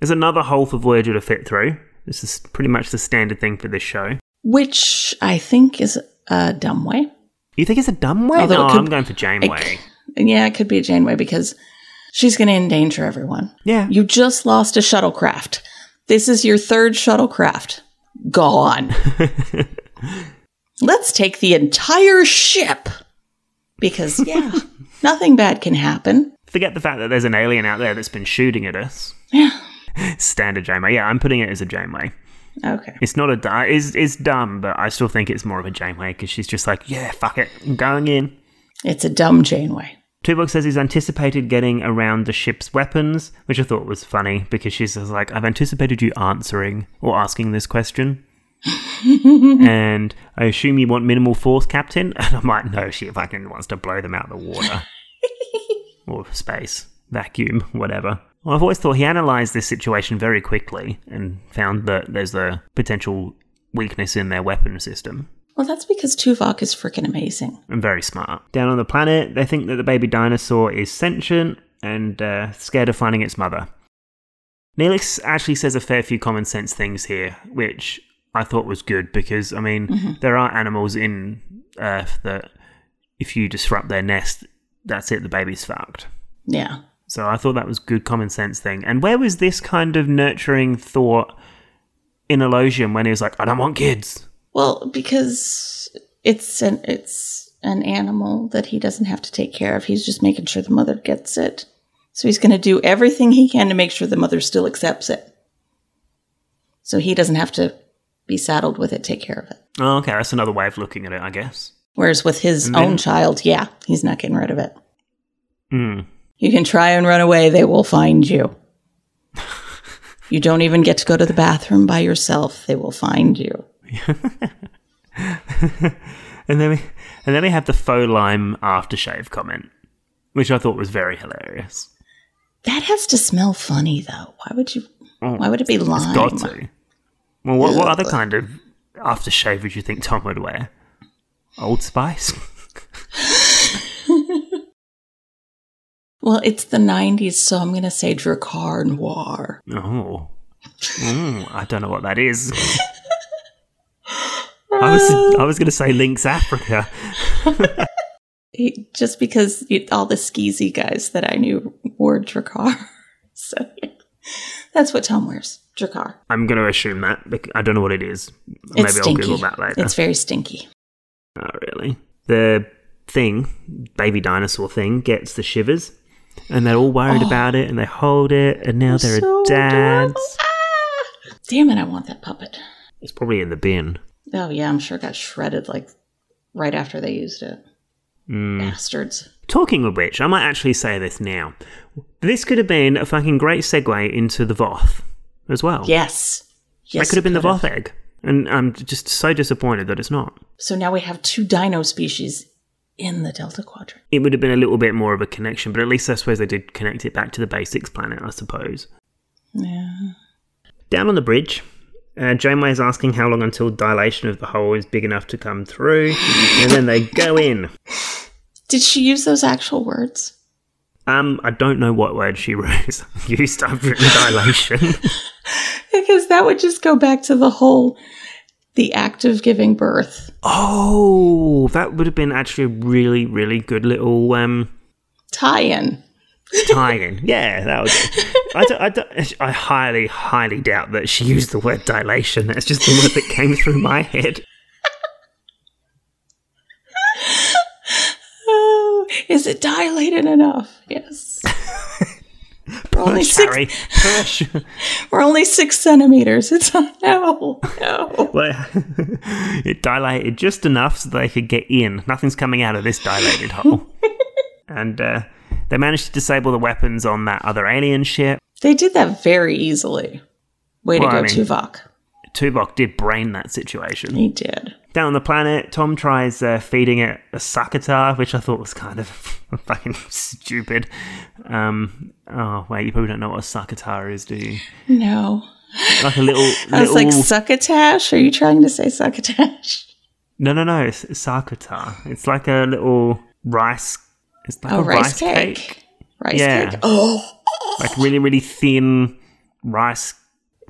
There's another hole for Voyager to fit through. This is pretty much the standard thing for this show. which I think is a dumb way. You think it's a dumb way? Although it no, Oh, could- I'm going for It- Janeway. yeah, it could be a Janeway because she's going to endanger everyone. yeah, You just lost a shuttlecraft. This is your third shuttlecraft. Gone. Let's take the entire ship because, yeah, nothing bad can happen. forget the fact that there's an alien out there that's been shooting at us. Yeah. Standard Janeway. Yeah, I'm putting it as a Janeway. Okay. It's not a du- it's, it's dumb, but I still think it's more of a Janeway because she's just like, yeah, fuck it, I'm going in. It's a dumb Janeway. Tuvok says he's anticipated getting around the ship's weapons, which I thought was funny because she's just like, I've anticipated you answering or asking this question. and I assume you want minimal force, Captain? And I'm like, no, she fucking wants to blow them out of the water. or space, vacuum, whatever. Well, I've always thought he analysed this situation very quickly and found that there's a potential weakness in their weapon system Well, that's because Tuvok is freaking amazing. and very smart. Down on the planet, they think that the baby dinosaur is sentient and uh, scared of finding its mother. Neelix actually says a fair few common sense things here, which I thought was good because, I mean, there are animals in Earth that if you disrupt their nest, that's it, the baby's fucked. Yeah. So I thought that was good common sense thing. And where was this kind of nurturing thought in Elosium when he was like, I don't want kids? Well, because it's an it's an animal that he doesn't have to take care of. He's just making sure the mother gets it. So he's going to do everything he can to make sure the mother still accepts it. So he doesn't have to be saddled with it, take care of it. Oh, okay, that's another way of looking at it, I guess. Whereas with his And then- own child, yeah, he's not getting rid of it. Hmm. You can try and run away, they will find you. you don't even get to go to the bathroom by yourself, they will find you. And then we, and then we have the faux lime aftershave comment, which I thought was very hilarious. That has to smell funny though. Why would you Oh, why would it be lime? It's got to. Well, what, what Ugh. other kind of aftershave would you think Tom would wear? Old Spice? Well, it's the 90s, so I'm going to say Dracar Noir. oh. Mm, I don't know what that is. I was I was going to say Lynx Africa. He- just because it, all the skeezy guys that I knew wore Dracar. So yeah. that's what Tom wears Dracar. I'm going to assume that. bec- I don't know what it is. Maybe It's I'll stinky. Google that later. It's very stinky. Not really. The thing, baby dinosaur thing, gets the shivers, and they're all worried about it, and they hold it, and now they're Oh. So a dad. adorable. Ah! Damn it, I want that puppet. It's probably in the bin. Oh, yeah, I'm sure it got shredded like right after they used it. Bastards. Mm. Talking of which, I might actually say this now. This could have been a fucking great segue into the Voth as well. Yes. Yes. that could have been the it Voth egg, and I'm just so disappointed that it's not. So now we have two dino species in the Delta Quadrant. It would have been a little bit more of a connection, but at least I suppose they did connect it back to the basics planet, I suppose. Yeah. Down on the bridge, uh, Janeway is asking how long until dilation of the hole is big enough to come through, and then they go in. Did she use those actual words? Um, I don't know what word she wrote. used. I've written dilation. Because that would just go back to the whole the act of giving birth. oh, that would have been actually a really, really good little um, Tie in. tie-in. Yeah, that would. I, don't, I, don't, I highly, highly doubt that she used the word dilation. That's just the word that came through my head. Oh, is it dilated enough? Yes. we're, only six, Sorry. Push. we're only six centimeters. It's no, no. Well, it dilated just enough so they could get in. Nothing's coming out of this dilated hole. and uh, they managed to disable the weapons on that other alien ship. They did that very easily. Way Well, to go, I mean- Tuvok. Tuvok did brain that situation. He did. Down on the planet, Tom tries uh, feeding it a succotar, which I thought was kind of fucking stupid. Um, oh, wait, you probably don't know what a succotar is, do you? No. Like a little. I was little like, succotash? Are you trying to say succotash? no, no, no, it's succotar. It's like a little rice It's Oh, like a Oh, rice cake. Rice Yeah. cake. Oh, Like really, really thin rice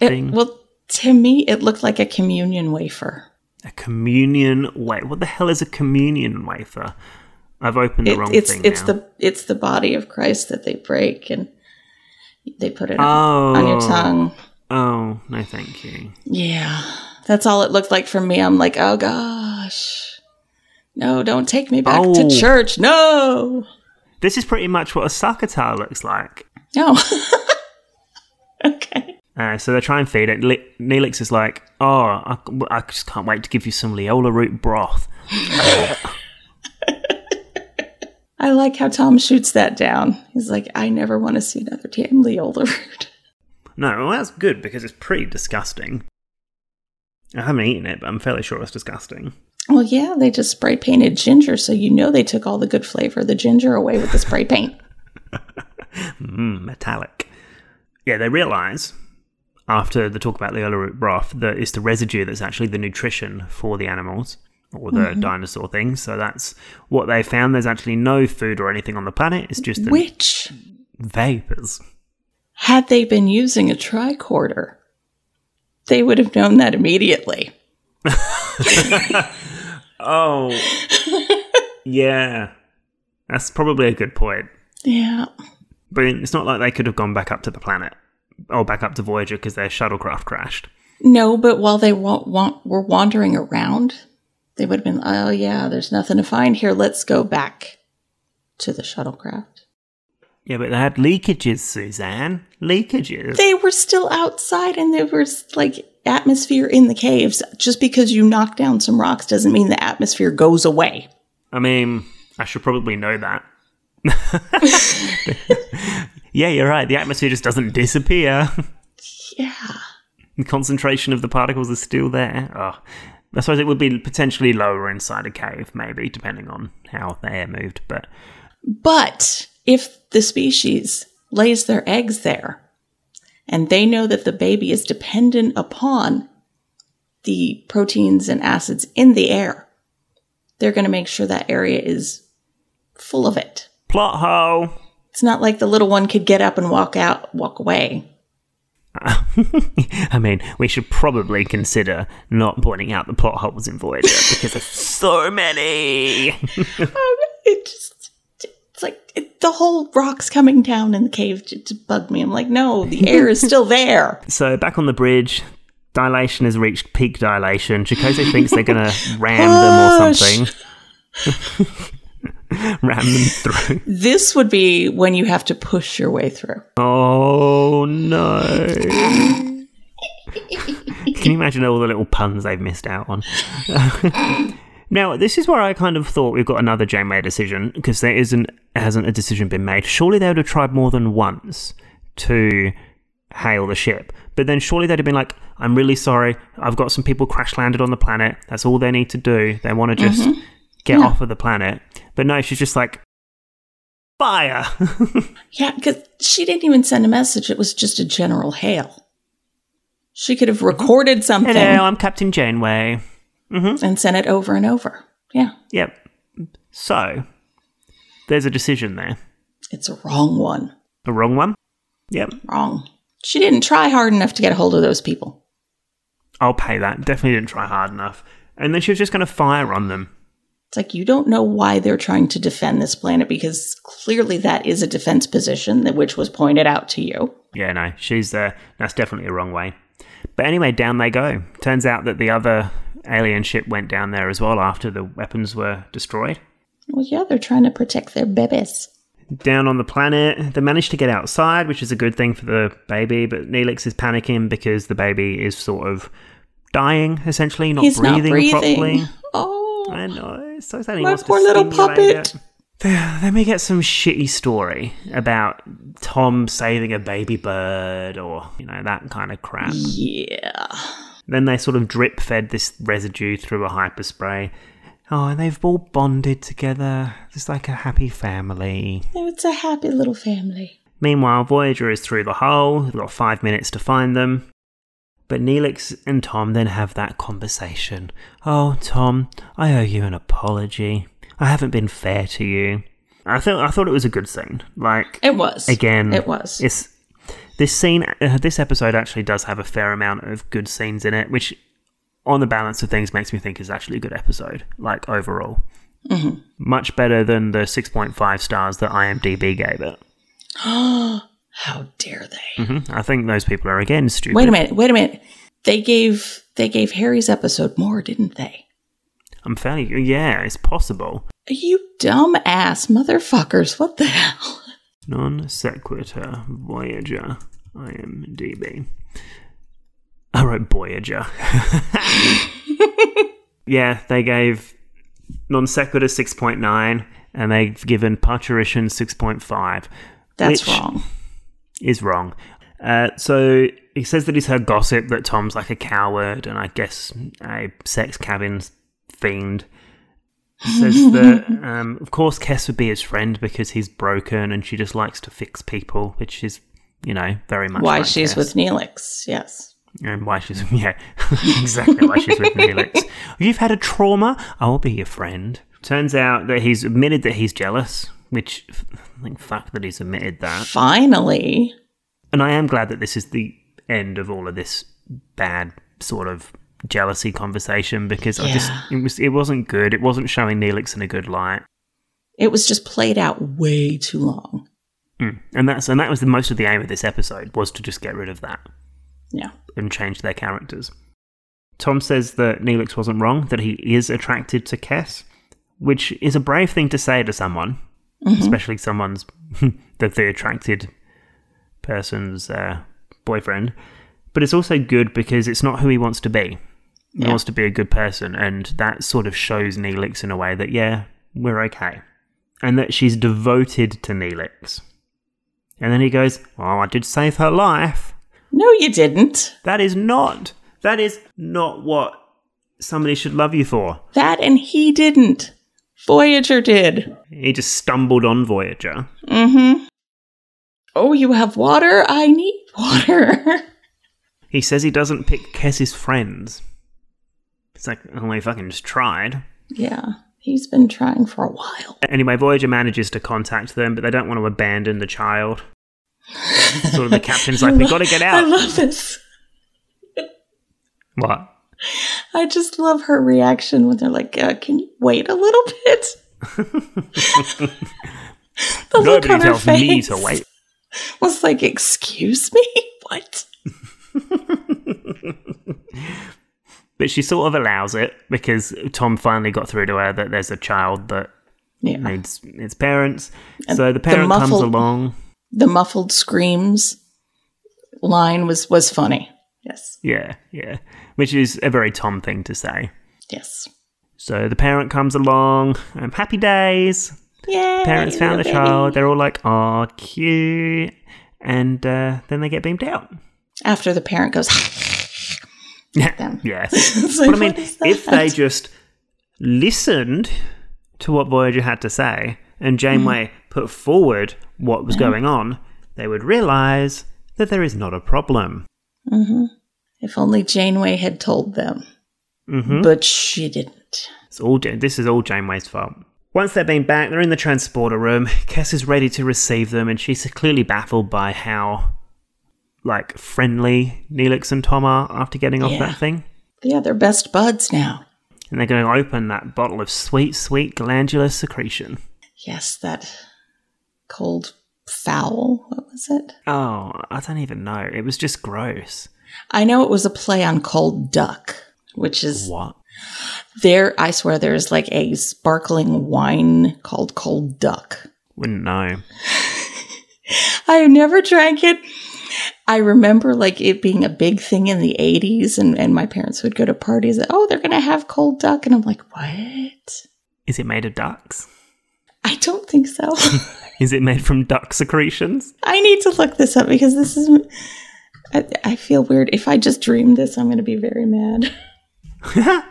it, thing. well, to me, it looked like a communion wafer. a communion wafer. What the hell is a communion wafer? I've opened the It- wrong it's thing. it's now. the it's the body of Christ that they break and they put it Oh. on, on your tongue. Oh, no, thank you. Yeah, that's all it looked like for me. I'm like, oh gosh, no, don't take me back Oh. to church. No, This is pretty much what a sakata looks like. no. okay. Uh, so they try and feed it. Le- Neelix is like, oh, I, I just can't wait to give you some Leola root broth. I like how Tom shoots that down. He's like, I never want to see another damn Leola root. No, well, that's good because it's pretty disgusting. I haven't eaten it, but I'm fairly sure it's disgusting. Well, yeah, they just spray painted ginger, so you know they took all the good flavor of the ginger away with the spray paint. Mm, metallic. Yeah, they realise after the talk about the Ola root broth that it's the residue that's actually the nutrition for the animals or the dinosaur things. So that's what they found. There's actually no food or anything on the planet. It's just the Which, vapors. had they been using a tricorder, they would have known that immediately. Oh, yeah. That's probably a good point. Yeah. But it's not like they could have gone back up to the planet or back up to Voyager because their shuttlecraft crashed. No, but while they wa- wa- were wandering around, they would have been, oh, yeah, there's nothing to find here. Let's go back to the shuttlecraft. Yeah, but they had leakages, Suzanne. Leakages. They were still outside and there was like atmosphere in the caves. Just because you knock down some rocks doesn't mean the atmosphere goes away. I mean, I should probably know that. yeah, you're right. The atmosphere just doesn't disappear. Yeah. the concentration of the particles is still there. Oh, I suppose it would be potentially lower inside a cave, maybe, depending on how the air moved. But But if the species lays their eggs there and they know that the baby is dependent upon the proteins and acids in the air, they're going to make sure that area is full of it. plot hole. It's not like the little one could get up and walk out, walk away. I mean, we should probably consider not pointing out the plot holes in Voyager because there's so many. It just, it's like it, the whole rocks coming down in the cave just bugged me. I'm like, no, the air is still there. So back on the bridge, dilation has reached peak dilation. Chakotay thinks they're going to ram them or Push. something. ram them through. This would be when you have to push your way through. Oh no! Can you imagine all the little puns they've missed out on? now, this is where I kind of thought we've got another Janeway decision because there isn't hasn't a decision been made. Surely they would have tried more than once to hail the ship, but then surely they'd have been like, "I'm really sorry, I've got some people crash landed on the planet. That's all they need to do. They want to just get off of the planet." But no, she's just like, "Fire!" Yeah, because she didn't even send a message. It was just a general hail. She could have Mm-hmm. recorded something Hello, I'm Captain Janeway. Mm-hmm. and sent it over and over. Yeah, Yep. So, there's a decision there. it's a wrong one. A wrong one? Yep. Wrong. She didn't try hard enough to get a hold of those people. I'll pay that. Definitely didn't try hard enough. And then she was just going to fire on them. It's like you don't know why they're trying to defend this planet because clearly that is a defense position that which was pointed out to you. Yeah, no, she's uh, that's definitely a wrong way. But anyway, down they go. Turns out that the other alien ship went down there as well after the weapons were destroyed. Well, yeah, they're trying to protect their babies. down on the planet. They managed to get outside, which is a good thing for the baby, but Neelix is panicking because the baby is sort of dying, essentially, not, He's breathing, not breathing. properly. Oh, I know, it's so sad. He My wants to poor little stimulate puppet. it. Then we get some shitty story about Tom saving a baby bird or, you know, that kind of crap. yeah. Then they sort of drip fed this residue through a hyperspray. Oh, and they've all bonded together. It's like a happy family. No, it's a happy little family. Meanwhile, Voyager is through the hole. They've got five minutes to find them. But Neelix and Tom then have that conversation. Oh, Tom, I owe you an apology. I haven't been fair to you. I thought I thought it was a good scene. Like It was. again, It was. It's this scene. Uh, this episode actually does have a fair amount of good scenes in it, which, on the balance of things, makes me think is actually a good episode. Like overall, Mm-hmm. much better than the six point five stars that IMDb gave it. How dare they? hmm I think those people are again stupid. Wait a minute. Wait a minute. They gave they gave Harry's episode more, didn't they? I'm fairly yeah, it's possible. You dumb ass motherfuckers. What the hell? Non sequitur Voyager IMDb. I wrote Voyager. yeah, they gave non sequitur 6.9 and they've given parturition 6.5 That's Which- wrong. is wrong. Uh, so he says that he's heard gossip that Tom's like a coward and I guess a sex cabin fiend. Says that, um, of course, Kess would be his friend because he's broken and she just likes to fix people, which is, you know, very much Why like she's Kess. with Neelix. Yes. and why she's yeah exactly why she's with Neelix. You've had a trauma. I'll be your friend. Turns out that he's admitted that he's jealous, which f- I think fuck that he's admitted that. Finally. And I am glad that this is the end of all of this bad sort of jealousy conversation because I just it was it wasn't good. It wasn't showing Neelix in a good light. It was just played out way too long. Mm. And that's and that was the most of the aim of this episode was to just get rid of that. Yeah. and change their characters. Tom says that Neelix wasn't wrong, that he is attracted to Kess, which is a brave thing to say to someone, Mm-hmm. especially someone's that the attracted person's uh, boyfriend. But it's also good because it's not who he wants to be. He Yeah. wants to be a good person, and that sort of shows Neelix in a way that, yeah, we're okay. And that she's devoted to Neelix. And then he goes, Oh, I did save her life. No, you didn't. That is not. That is not what somebody should love you for. That and he didn't. Voyager did. He just stumbled on Voyager. Mm hmm. Oh, you have water? I need water. He says he doesn't pick Kess's friends. It's like, oh, he fucking just tried. yeah. He's been trying for a while. Anyway, Voyager manages to contact them, but they don't want to abandon the child. sort of the captain's like, we gotta get I out. love this. What? I just love her reaction when they're like, uh, can you wait a little bit? the look Nobody on her tells me to face wait. Was like, excuse me? What? But she sort of allows it because Tom finally got through to her that there's a child that Yeah. needs its parents. And so the the parent comes muffled- along. The muffled screams line was was funny. Yes. Yeah, yeah. Which is a very Tom thing to say. Yes. So the parent comes along, um, happy days. Yay. Parents found the little child. baby. They're all like, aw, cute. And uh, then they get beamed out. After the parent goes, Yeah. Them. yeah. It's But I like, mean, what is that? if they just listened to what Voyager had to say and Janeway Mm. put forward what Mm-hmm. was going on, they would realize that there is not a problem. "Mm-hmm. if only Janeway had told them. hmm But she didn't. It's all Ja- this is all Janeway's fault. Once they've been back, they're in the transporter room. Cass is ready to receive them, and she's clearly baffled by how, like, friendly Neelix and Tom are after getting off Yeah. that thing. Yeah, they're best buds now. And they're going to open that bottle of sweet, sweet glandular secretion. Yes, that cold fowl. What was it? Oh, I don't even know. It was just gross. I know it was a play on cold duck, which is What? there. I swear there is like a sparkling wine called cold duck. Wouldn't know. I have never drank it. I remember like it being a big thing in the 80s and, and my parents would go to parties. Oh, they're going to have cold duck. And I'm like, what? Is it made of ducks? I don't think so. Is it made from duck secretions? I need to look this up because this is. I, I feel weird. If I just dream this, I'm going to be very mad.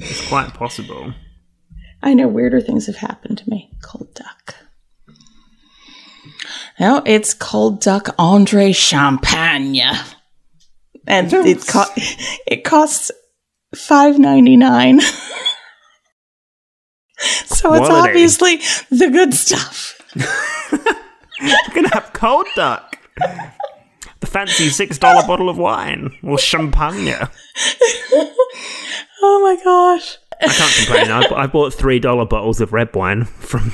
It's quite possible. I know weirder things have happened to me. Cold duck. No, it's cold duck Andre Champagne, and it co- it costs five ninety nine. So it's Quality. obviously the good stuff. We're gonna have cold duck. The fancy six dollar bottle of wine or champagne. I Oh my gosh. can't complain. I, I bought three dollar bottles of red wine from.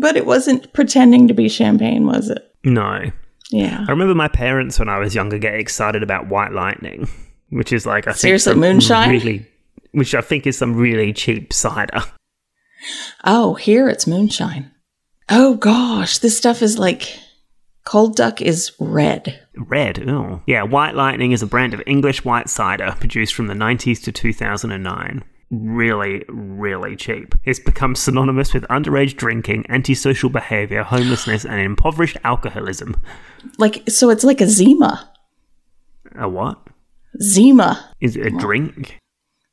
But it wasn't pretending to be champagne, was it? No, Yeah. I remember my parents when I was younger get excited about white lightning, which is like I Seriously, think some moonshine? really, which I think is some really cheap cider. Oh, here it's moonshine. Oh gosh, this stuff is like cold duck is red. Red, oh yeah. White lightning is a brand of English white cider produced from the 90s to 2009. Really, really cheap. It's become synonymous with underage drinking, antisocial behavior, homelessness, and impoverished alcoholism. Like so it's like a Zima. A what? Zima. Is it a drink?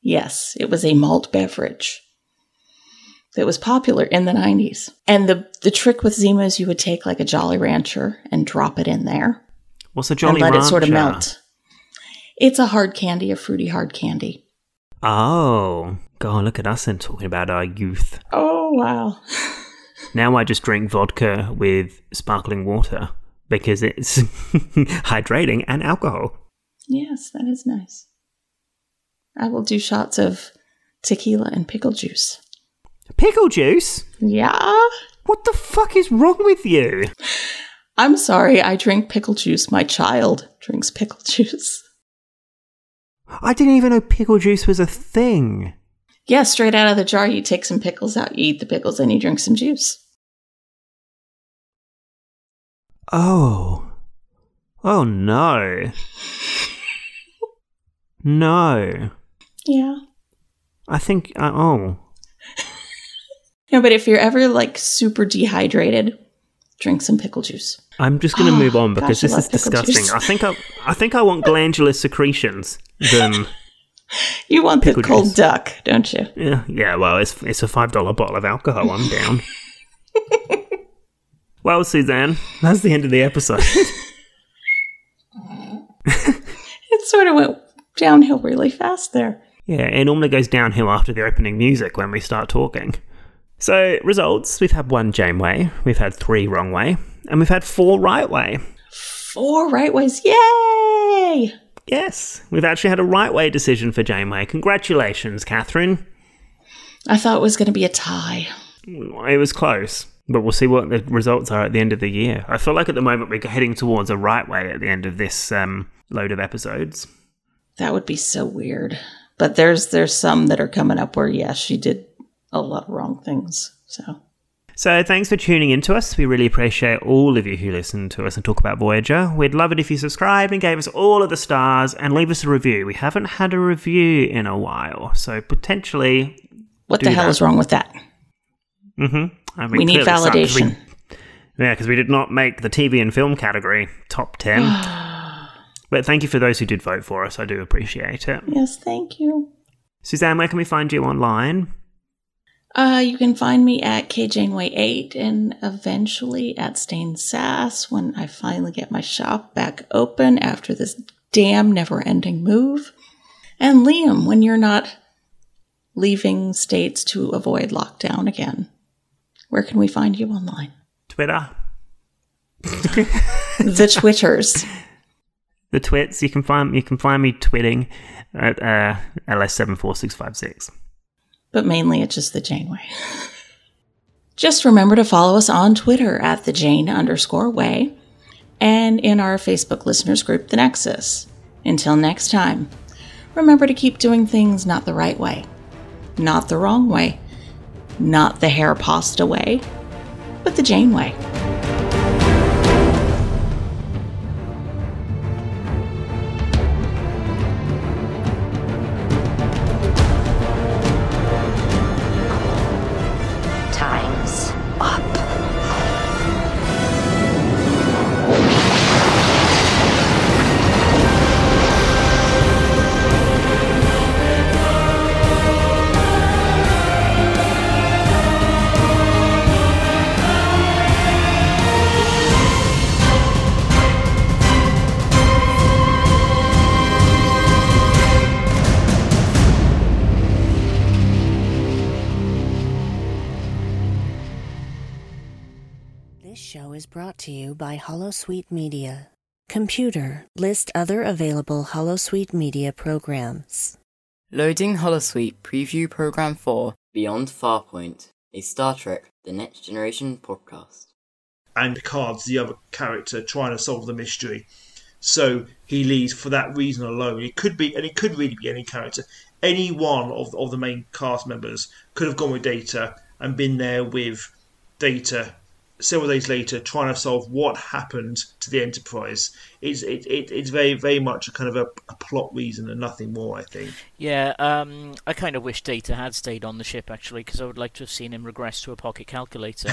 Yes, it was a malt beverage that was popular in the 90s. And the the trick with Zima is you would take like a Jolly Rancher and drop it in there What's a Jolly and let it sort of Rancher? melt. It's a hard candy, a fruity hard candy. Oh, God, look at us and talking about our youth. Oh wow. Now I just drink vodka with sparkling water because it's hydrating and alcohol. Yes, that is nice. I will do shots of tequila and pickle juice. Pickle juice? Yeah. What the fuck is wrong with you? I'm sorry, I drink pickle juice. My child drinks pickle juice. I didn't even know pickle juice was a thing. Yeah, straight out of the jar, you take some pickles out, you eat the pickles, and you drink some juice. Oh. Oh no. No. Yeah. I think I oh. No, but if you're ever like super dehydrated, drink some pickle juice. I'm just going to Ah, move on gosh, because I this love is pickle disgusting. juice. I think I I think I want glandular secretions than You want Pickle the cold juice. duck, don't you? Yeah, yeah. Well, it's it's a five dollar bottle of alcohol. I'm down. well, Suzanne, that's the end of the episode. It sort of went downhill really fast there. yeah, it normally goes downhill after the opening music when we start talking. So results: we've had one Janeway, we've had three wrong way, and we've had four right way. Four right ways. Yay! Yes, we've actually had a right way decision for Janeway. Congratulations, Catherine. I thought it was going to be a tie. It was close, but we'll see what the results are at the end of the year. I feel like at the moment we're heading towards a right way at the end of this um, load of episodes. That would be so weird. But there's there's some that are coming up where yes, she did a lot of wrong things. So So thanks for tuning in to us. We really appreciate all of you who listen to us and talk about Voyager. We'd love it if you subscribed and gave us all of the stars and leave us a review. We haven't had a review in a while, so potentially, what Do the hell that. is wrong with that? hmm I mean, we need clearly suck 'cause we- validation. yeah, because we did not make the TV and film category top ten. but thank you for those who did vote for us. I do appreciate it. yes, thank you. Suzanne, where can we find you online? Uh, you can find me at KJaneway8 and eventually at Stain Sass when I finally get my shop back open after this damn never ending move. And Liam, when you're not leaving states to avoid lockdown again, where can we find you online? Twitter, the Twitters. the twits. You can find you can find me twitting at uh, ls seven four six five six. but mainly it's just the Janeway. just remember to follow us on Twitter at the Jane underscore way and in our Facebook listeners group, The Nexus. Until next time, remember to keep doing things not the right way, not the wrong way, not the hair pasta way, but the Jane way. Time's up. show is brought to you by Holosuite Media. Computer, list other available Holosuite Media programs. Loading Holosuite Preview Program 4 Beyond Farpoint, a Star Trek The Next Generation podcast. and Picard's the other character trying to solve the mystery. So he leaves for that reason alone. It could be, and it could really be any character. Any one of, of the main cast members could have gone with Data and been there with Data several days later trying to solve what happened to the Enterprise. It's, it, it, it's very, very much a kind of a, a plot reason and nothing more, I think. Yeah, um, I kind of wish Data had stayed on the ship actually, because I would like to have seen him regress to a pocket calculator.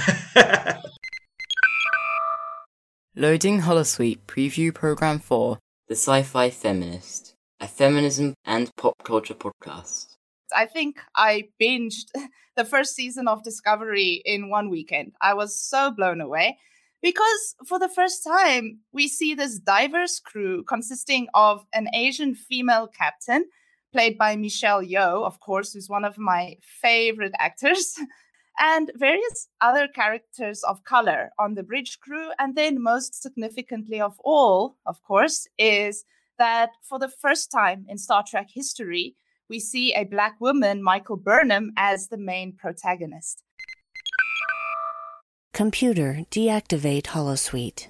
Loading Holosuite Preview Program 4 The Sci Fi Feminist, a feminism and pop culture podcast. I think I binged the first season of Discovery in one weekend. I was so blown away because for the first time, we see this diverse crew consisting of an Asian female captain, played by Michelle Yeoh, of course, who's one of my favorite actors, and various other characters of color on the bridge crew. And then, most significantly of all, of course, is that for the first time in Star Trek history, we see a black woman, Michael Burnham, as the main protagonist. Computer, deactivate Holosuite.